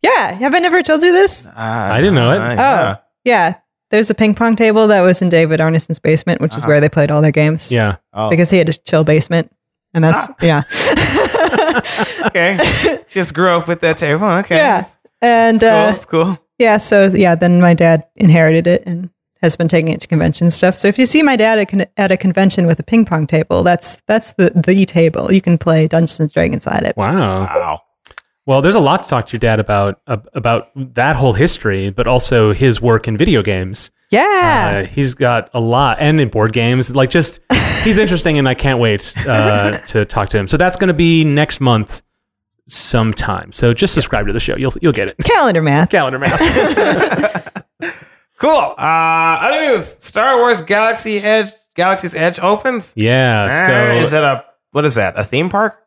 Yeah, have I never told you this?
I didn't know it.
Uh,
Oh, yeah. There's a ping pong table that was in David Arneson's basement, which is where they played all their games.
Uh-huh. yeah. Ah.
Oh,
because he had a chill basement, and that's yeah,
okay. Just grew up with that table. Okay.
yeah,
That's
and
cool.
uh,
That's cool.
Yeah, so yeah, then my dad inherited it and has been taking it to convention and stuff. So if you see my dad at, con- at a convention with a ping pong table, that's that's the the table. You can play Dungeons and Dragons at it.
Wow.
Wow.
Well, there's a lot to talk to your dad about ab- about that whole history, but also his work in video games.
Yeah.
Uh, he's got a lot, and in board games, like just he's interesting, and I can't wait uh, to talk to him. So that's going to be next month, sometime. So just subscribe to the show; you'll you'll get it.
Calendar math.
Calendar math.
Cool. Uh, other news: Star Wars Galaxy Edge, Galaxy's Edge opens.
Yeah. So
Uh, is that a what is that? A theme park?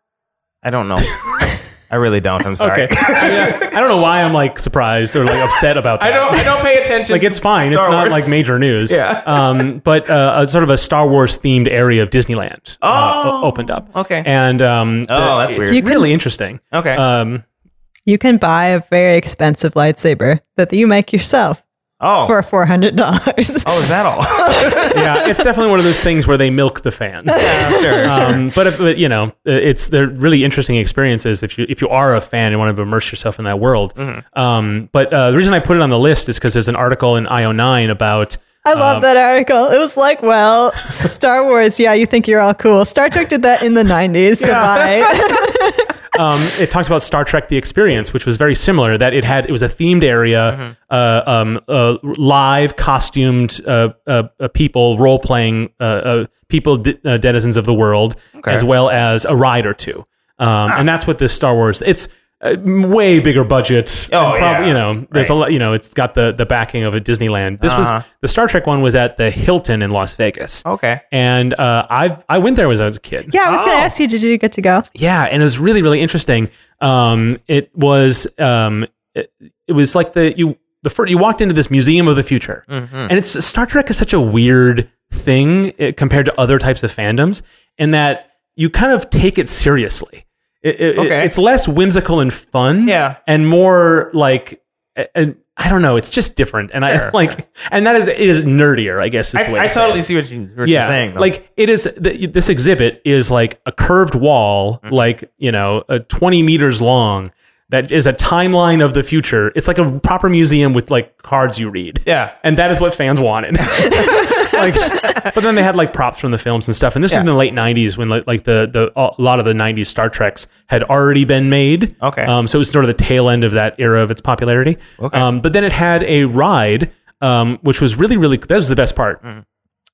I don't know. I really don't. I'm sorry.
Okay. Yeah, I don't know why I'm like surprised or like upset about that.
I don't. I don't pay attention.
Like it's fine.
Star
it's not
Wars.
like major news.
Yeah.
Um, but uh, a sort of a Star Wars themed area of Disneyland uh,
Oh.
o- opened up.
Okay.
And um,
Oh, that's
it's
weird.
You can-
really interesting.
okay.
Um,
You can buy a very expensive lightsaber that you make yourself
oh.
for four hundred dollars.
oh, is that all?
yeah, it's definitely one of those things where they milk the fans.
yeah, sure.
Um, but if, but, you know, uh, it's they're really interesting experiences if you if you are a fan and want to immerse yourself in that world.
Mm-hmm.
Um, but uh, the reason I put it on the list is because there's an article in IO9 about
I love that article. It was like, well, Star Wars. Yeah, you think you're all cool. Star Trek did that in the nineties. Goodbye.
um, it talked about Star Trek: The Experience, which was very similar. That it had it was a themed
Mm-hmm.
area, uh, um, uh, live costumed uh, uh, uh, people role playing uh, uh, people de- uh, denizens of the world, as well as a ride or two. Um,
Ah.
And that's what this Star Wars. It's uh, m- way bigger budgets.
Oh,
and
yeah.
you know, there's a lot. You know, it's got the the backing of a Disneyland. This was the Star Trek one was at the Hilton in Las Vegas.
Uh-huh. okay.
And uh, I I went there when I was a kid.
yeah, I was gonna ask you, did you get to go?
Yeah, and it was really really interesting. Um, it was um, it, it was like the you the first, you walked into this museum of the future,
Mm-hmm.
and it's Star Trek is such a weird thing eh, compared to other types of fandoms, in that you kind of take it seriously. It, it- it-
Okay.
it's less whimsical and fun,
Yeah.
and more like. eh, And I don't know. It's just different, and I
Sure,
like, and that is it is nerdier, I guess. Is the way
I, I
to say it
totally see what you what you're saying. though.
like it is the, this exhibit is like a curved wall,
Mm-hmm.
like you know, uh, twenty meters long. That is a timeline of the future. It's like a proper museum with like cards you read.
Yeah.
and that is what fans wanted. like, but then they had like props from the films and stuff. And this was in the late '90s when like, like the the a lot of the '90s Star Treks had already been made.
Okay.
um, so it was sort of the tail end of that era of its popularity.
Okay.
um, but then it had a ride, um, which was really really that was the best
Mm.
part.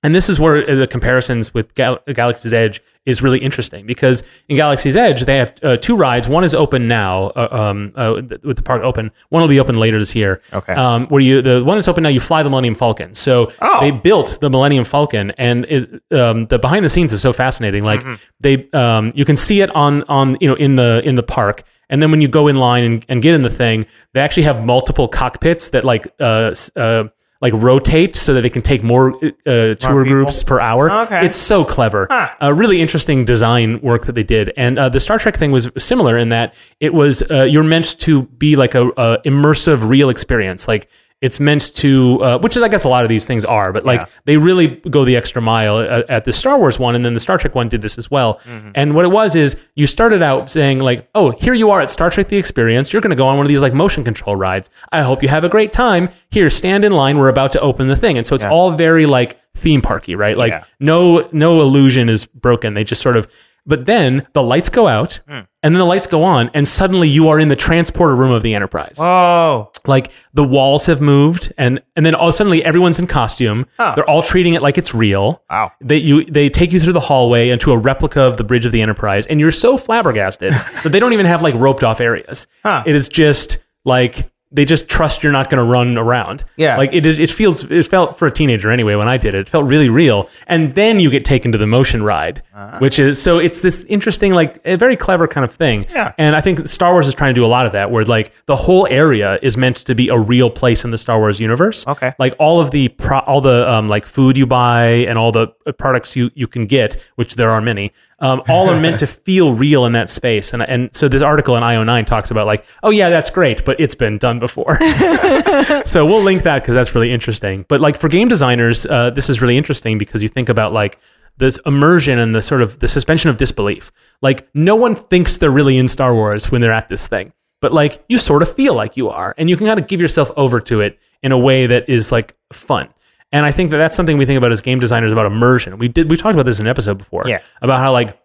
And this is where the comparisons with Gal- Galaxy's Edge is really interesting because in Galaxy's Edge they have uh, two rides. One is open now, uh, um, uh, th- with the park open. One will be open later this year.
Okay.
Um, where you the one that's open now, you fly the Millennium Falcon. So
Oh.
they built the Millennium Falcon, and it, um, the behind the scenes is so fascinating. Like
Mm-hmm.
they, um, you can see it on on you know in the in the park. And then when you go in line and, and get in the thing, they actually have multiple cockpits that like uh, s- uh, like rotate so that they can take more uh, tour
people.
groups per hour.
Okay.
It's so clever.
Huh.
Uh, really interesting design work that they did. And uh, the Star Trek thing was similar in that it was uh, you're meant to be like a, a immersive, real experience. Like It's meant to, uh, which is, I guess, a lot of these things are, but like
Yeah.
they really go the extra mile uh, at, at the Star Wars one, and then the Star Trek one did this as well.
Mm-hmm.
And what it was is you started out saying like, "Oh, here you are at Star Trek: The Experience. You're going to go on one of these like motion control rides. I hope you have a great time. Here, stand in line. We're about to open the thing." And so it's all very like theme parky, right? Like
Yeah.
no no illusion is broken. They just sort of but then the lights go out and then the lights go on and suddenly you are in the transporter room of the Enterprise.
Oh,
Like the walls have moved and and then all suddenly everyone's in costume.
Huh.
They're all treating it like it's real.
Wow.
They you they take you through the hallway into a replica of the bridge of the Enterprise and you're so flabbergasted that they don't even have like roped off areas.
Huh.
It is just like they just trust you're not going to run around.
Yeah.
Like it is it feels it felt for a teenager anyway when I did it. It felt really real. And then you get taken to the motion ride,
Uh-huh.
which is so it's this interesting like a very clever kind of thing.
Yeah.
And I think Star Wars is trying to do a lot of that where like the whole area is meant to be a real place in the Star Wars universe.
Okay.
Like all of the pro- all the um, like food you buy and all the uh, products you you can get, which there are many. Um, all are meant to feel real in that space, and and so this article in IO9 talks about like, oh yeah, that's great, but it's been done before. so we'll link that because that's really interesting. But like for game designers, uh, this is really interesting because you think about like this immersion and the sort of the suspension of disbelief. Like no one thinks they're really in Star Wars when they're at this thing, but like you sort of feel like you are, and you can kind of give yourself over to it in a way that is like fun. And I think that that's something we think about as game designers about immersion. We did we talked about this in an episode before
Yeah.
about how like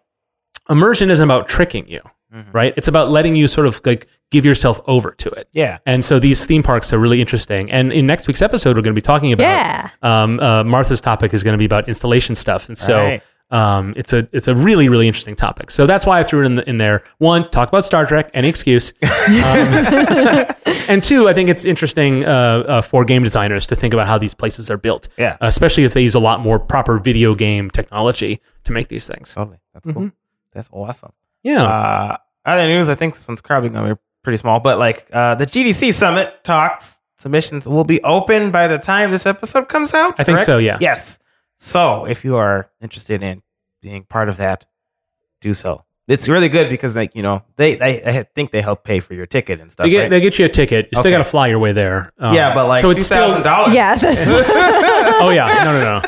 immersion isn't about tricking you,
Mm-hmm.
right? It's about letting you sort of like give yourself over to it.
yeah.
And so these theme parks are really interesting. And in next week's episode, we're going to be talking about.
Yeah.
Um, uh, Martha's topic is going to be about installation stuff, and so
Right.
um, it's a it's a really really interesting topic. So that's why I threw it in, the, in there. One, talk about Star Trek, any excuse. Um, and two, I think it's interesting uh, uh, for game designers to think about how these places are built.
Yeah.
Especially if they use a lot more proper video game technology to make these things.
Totally. That's
mm-hmm.
cool. That's awesome.
Yeah.
Uh, other news, I think this one's probably going to be pretty small, but like uh, the GDC summit talks submissions will be open by the time this episode comes out.
I think
correct?
so, yeah.
Yes. So if you are interested in being part of that, do so. It's really good because like you know they they I think they help pay for your ticket and stuff.
they get
right?
they get you a ticket. You still
Okay.
got to fly your way there. Um,
yeah, but like
so
two
it's still
thousand dollars.
Yeah. that's-
oh yeah, no,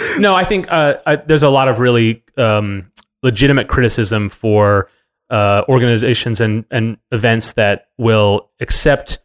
no, no. No, I think uh, I, there's a lot of really um, legitimate criticism for uh, organizations and and events that will accept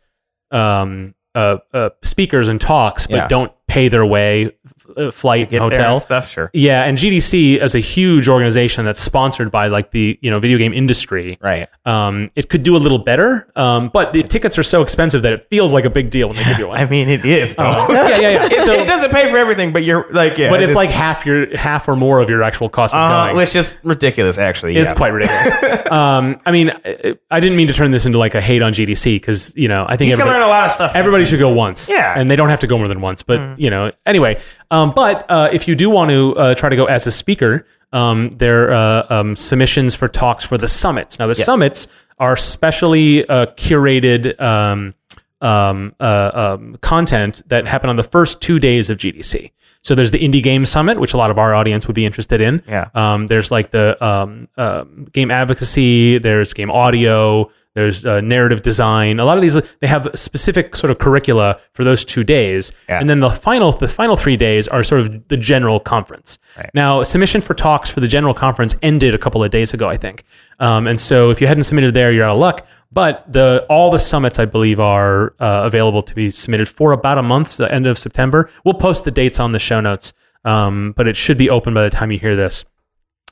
um, uh, uh, speakers and talks, but
Yeah.
don't pay their way, f- uh, flight,
Get
and
there
hotel.
and stuff. Sure.
Yeah, and GDC as a huge organization that's sponsored by like the you know video game industry.
Right.
Um, it could do a little better, um, but the tickets are so expensive that it feels like a big deal when they give you one.
I mean, it is though.
yeah, yeah, yeah.
it,
Oh. So-
it doesn't pay for everything, but you're like yeah.
but
it
it's
is-
like half your half or more of your actual cost of
uh,
going.
which is ridiculous. Actually,
It's
yeah.
quite ridiculous. um, I mean, I, I didn't mean to turn this into like a hate on GDC because you know I think
You can
everybody,
learn a lot of stuff. from
everybody should go once.
Yeah. Mm.
and they don't have to go more than once. But you know, anyway. Um, but uh, if you do want to uh, try to go as a speaker, um, there are uh, um, submissions for talks for the summits. Now the summits are specially uh, curated. Um, um, uh, um, content that happen on the first two days of GDC. So there's the Indie Game Summit, which a lot of our audience would be interested in.
Yeah.
Um, there's like the um, um, game advocacy. There's game audio. There's uh, narrative design. A lot of these they have specific sort of curricula for those two days,
Yeah.
and then the final the final three days are sort of the general conference.
Right.
Now submission for talks for the general conference ended a couple of days ago, I think, um, and so if you hadn't submitted there, you're out of luck. But the all the summits I believe are uh, available to be submitted for about a month, so the end of September. We'll post the dates on the show notes, um, but it should be open by the time you hear this.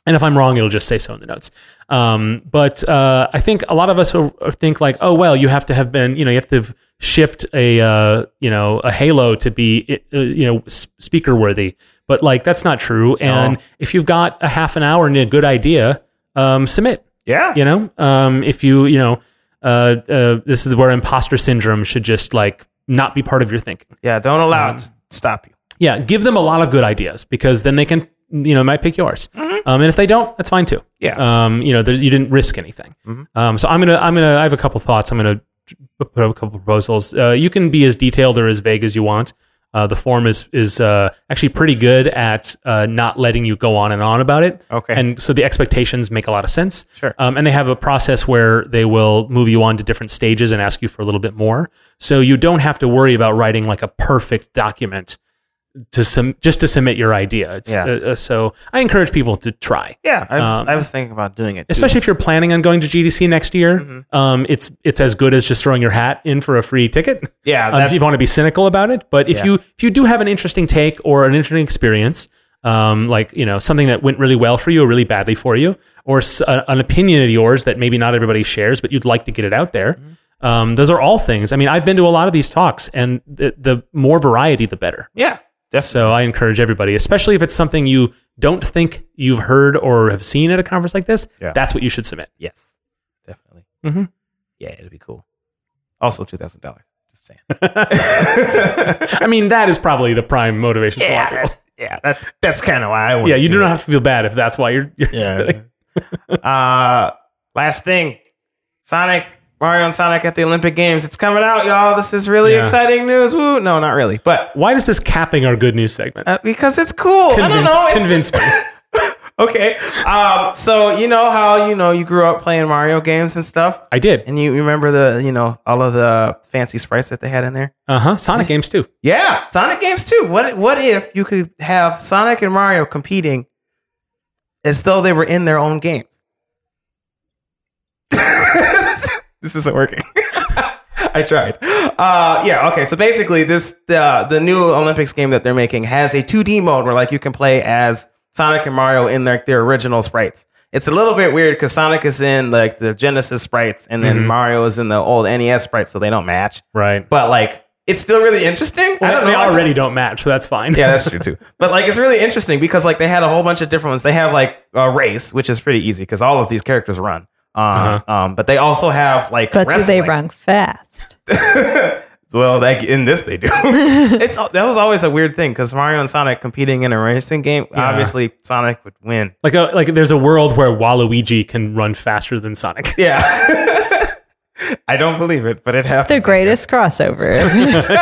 And if I'm wrong, it'll just say so in the notes. Um, but uh, I think a lot of us will will think like, oh well, you have to have been, you know, you have to have shipped a, uh, you know, a Halo to be, uh, you know, speaker worthy. But like that's not true. And if you've got a half an hour and a good idea, um, submit.
Yeah.
You know, um, if you, you know, uh, uh, this is where imposter syndrome should just like not be part of your thinking
Yeah. Don't allow
Um,
it to stop you.
yeah, give them a lot of good ideas because then they can, you know, might pick yours. Um, and if they don't, that's fine too.
Mm-hmm. Yeah. Mm-hmm.
Um, you know, there, you didn't risk anything. Um, so I'm gonna, I'm gonna, I have a couple thoughts. I'm gonna put up a couple proposals. Uh, you can be as detailed or as vague as you want. Uh, the form is is uh, actually pretty good at uh, not letting you go on and on about it.
Okay.
And so the expectations make a lot of sense.
Sure.
Um, and they have a process where they will move you on to different stages and ask you for a little bit more. So you don't have to worry about writing like a perfect document to some just to submit your idea. It's,
Yeah.
uh, uh, so I encourage people to try.
Yeah, I was,
Um,
I was thinking about doing it. too.
Especially if you're planning on going to GDC next year,
Mm-hmm.
um, it's it's as good as just throwing your hat in for a free ticket.
Yeah,
um, if you
that's-
want to be cynical about it. But if
Yeah.
you if you do have an interesting take or an interesting experience, um, like you know something that went really well for you or really badly for you, or s- a- an opinion of yours that maybe not everybody shares, but you'd like to get it out there.
Mm-hmm.
Um, those are all things. I mean, I've been to a lot of these talks, and the, the more variety, the better.
yeah, definitely.
So I encourage everybody, especially if it's something you don't think you've heard or have seen at a conference like this,
Yeah.
that's what you should submit.
Yes, definitely.
Mhm.
Yeah, it'd be cool. Also, two thousand dollars. Just saying.
I mean, that is probably the prime motivation. for a lot
yeah,
of people.
that's, yeah, that's that's kind of why I want.
yeah. You do not have to feel bad if that's why you're. you're submitting.
Yeah. uh, last thing, Sonic. Mario and Sonic at the Olympic Games. It's coming out, y'all. This is really
Yeah.
exciting news. Woo! No, not really, but
Why does this capping our good news segment?
uh, because it's cool. I don't
Convince-
know. It's-
convince me.
okay. Um, so you know how you know you grew up playing Mario games and stuff,
I did.
and you remember the you know all of the fancy sprites that they had in there.
Uh huh. Sonic games too.
Yeah, Sonic games too. What what if you could have Sonic and Mario competing as though they were in their own games? this isn't working. I tried. Uh, yeah, okay. So basically, this the the new Olympics game that they're making has a 2D mode where like you can play as Sonic and Mario in their their original sprites. It's a little bit weird because Sonic is in like the Genesis sprites, and then Mario is in the old NES sprites, so they don't match
Right.
but like it's still really interesting. I don't know.
they
like-
already don't match, so that's fine.
yeah, that's true too. But like it's really interesting because like they had a whole bunch of different ones. They have like a race, which is pretty easy because all of these characters run. Um,
Uh-huh.
um, but they also have like
But do they
wrestling.
run fast?
Well, like in this they do. it's that was always a weird thing because Mario and Sonic competing in a racing game. Obviously, Sonic would win.
Like a, like there's a world where Waluigi can run faster than Sonic.
Yeah. I don't believe it, but it happens.
The greatest crossover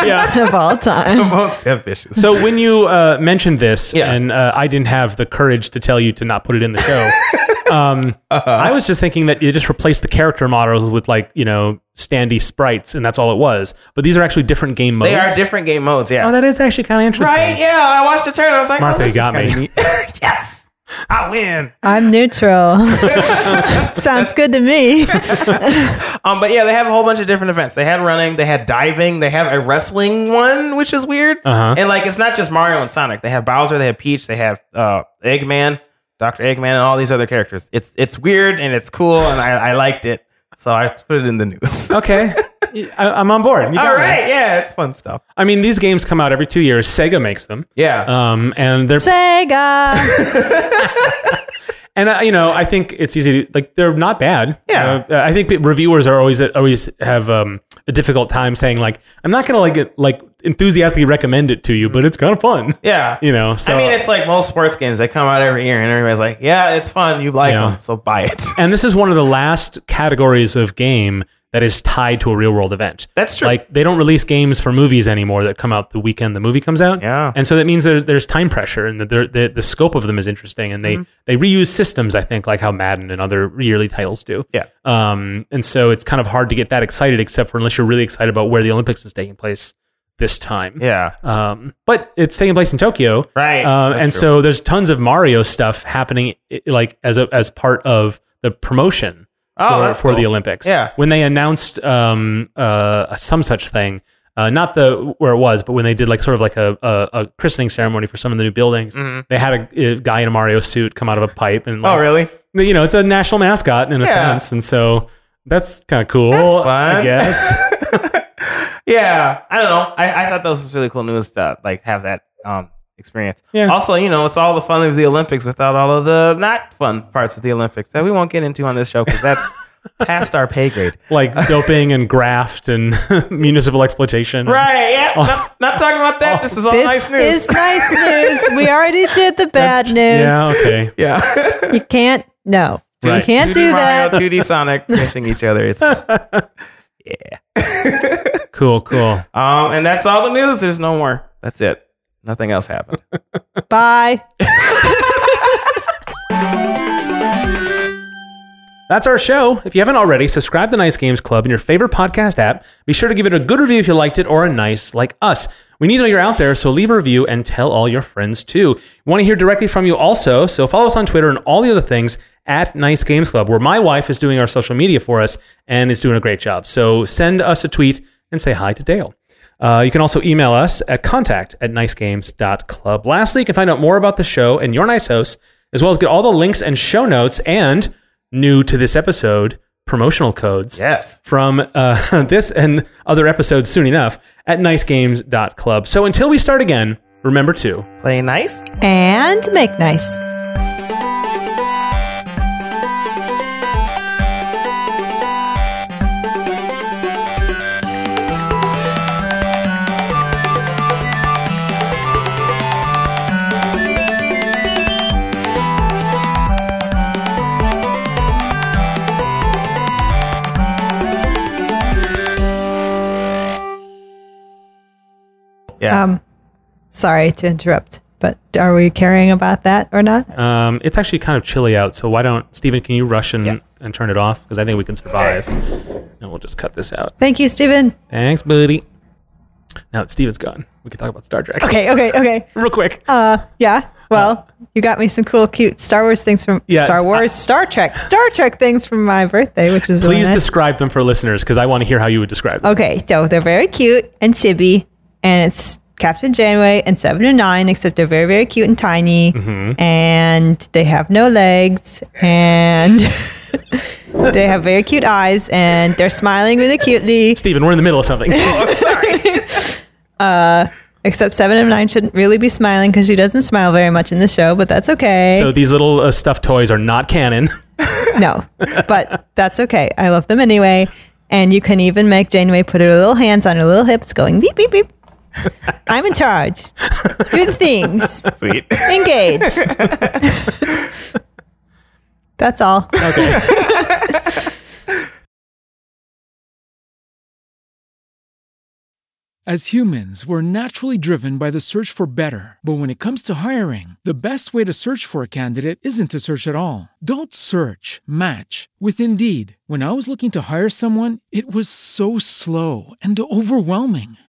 yeah.
of all time.
most ambitious.
So when you uh, mentioned this,
Yeah.
and uh, I didn't have the courage to tell you to not put it in the show, um,
Uh-huh.
I was just thinking that you just replaced the character models with like you know standy sprites, and that's all it was. But these are actually different game modes.
They are different game modes. Yeah.
Oh, that is actually kind of interesting.
Right? Yeah, I watched the tournament. I was like,
Martha,
oh, this
you got
is kinda
me.
neat. yes, I win.
I'm neutral. Sounds good to me.
Um, but yeah, they have a whole bunch of different events. They had running, they had diving, they have a wrestling one, which is weird.
Uh-huh.
And like, it's not just Mario and Sonic. They have Bowser, they have Peach, they have uh, Eggman, Doctor Eggman, and all these other characters. It's it's weird and it's cool, and I, I liked it, so I put it in the news.
Okay, I, am on board. You got
all
me.
right, yeah, it's fun stuff.
I mean, these games come out every two years. Sega makes them.
Yeah,
Um, and they're
Sega.
and uh, you know I think it's easy to like they're not bad.
Yeah.
Uh, I think pe- reviewers are always always have um, a difficult time saying like I'm not gonna like it, like enthusiastically recommend it to you, but it's kind of fun.
yeah.
You know, so
I mean, it's like most sports games. They come out every year, and everybody's like, "Yeah, it's fun. You like
Yeah.
them, so buy it."
and this is one of the last categories of game that is tied to a real world event.
That's true.
Like they don't release games for movies anymore that come out the weekend the movie comes out.
Yeah.
and so that means there, there's time pressure and that there- the the scope of them is interesting, and
Mm-hmm.
they they reuse systems I think like how Madden and other yearly titles do.
Yeah.
um, and so it's kind of hard to get that excited except for unless you're really excited about where the Olympics is taking place this time.
Yeah.
Um, but it's taking place in Tokyo,
Right.
Uh,
That's
and
true.
so there's tons of Mario stuff happening, i- like as a, as part of the promotion
Oh,
for,
that's
for the
cool.
Olympics.
Yeah.
when they announced um, uh, some such thing, uh, not the where it was, but when they did like sort of like a, a, a christening ceremony for some of the new buildings,
Mm-hmm.
they had a, a guy in a Mario suit come out of a pipe, and
Oh,
like,
really?
you know, it's a national mascot in a
Yeah.
sense, and so that's kind of cool. I
fun.
guess.
Yeah. I don't know. I, I thought that was really cool news to like have that um experience.
Yeah.
Also, you know, it's all the fun of the Olympics without all of the not fun parts of the Olympics that we won't get into on this show because that's past our pay grade.
like doping and graft and municipal exploitation.
Right. Yeah. Not, not talking about that. Oh. this is all
This
nice news.
is nice news. We already did the bad news.
Yeah. Okay.
yeah.
You can't. No,
Right.
you can't
2D
do
Mario,
that.
2D Sonic missing each other. It's um, fun.
Cool. Cool.
um, and that's all the news. There's no more. That's it. Nothing else happened.
Bye.
That's our show. If you haven't already, subscribe to Nice Games Club in your favorite podcast app. Be sure to give it a good review if you liked it or a nice like us. We need to know you're out there, so leave a review and tell all your friends too. We want to hear directly from you also, so follow us on Twitter and all the other things at Nice Games Club, where my wife is doing our social media for us and is doing a great job. So send us a tweet and say hi to Dale. Uh, you can also email us at contact at nicegames.club. Lastly, you can find out more about the show and your nice hosts, as well as get all the links and show notes and new to this episode promotional codes
Yes.
from uh, this and other episodes soon enough at nicegames.club. So until we start again, remember to.
Play nice.
And make nice.
Yeah.
Um, sorry to interrupt, but are we caring about that or not?
Um, it's actually kind of chilly out, so why don't Stephen? Can you rush and, and turn it off? Because I think we can survive, and we'll just cut this out.
Thank you, Stephen.
Thanks, buddy. Now that Steven's gone, we can talk about Star Trek
Okay, okay, okay.
real quick.
Uh, yeah. Well, you got me some cool, cute Star Wars things from
Yeah,
Star Wars, Star Trek, Star Trek things from my birthday, which is really
Please
nice.
describe them for listeners because I want to hear how you would describe them.
Okay, so they're very cute and chibi, and it's Captain Janeway and Seven and Nine, except they're very, very cute and tiny, and they have no legs, and they have very cute eyes, and they're smiling really cutely.
Steven, we're in the middle of something.
Except Seven and Nine shouldn't really be smiling because she doesn't smile very much in the show, but that's okay.
so these little uh, stuffed toys are not canon.
no, but that's okay. I love them anyway. And you can even make Janeway put her little hands on her little hips, going beep beep beep. I'm in charge. Do the things.
Sweet.
Engage. That's all.
Okay.
As humans, we're naturally driven by the search for better. But when it comes to hiring, the best way to search for a candidate isn't to search at all. Don't search, match with Indeed. When I was looking to hire someone, it was so slow and overwhelming.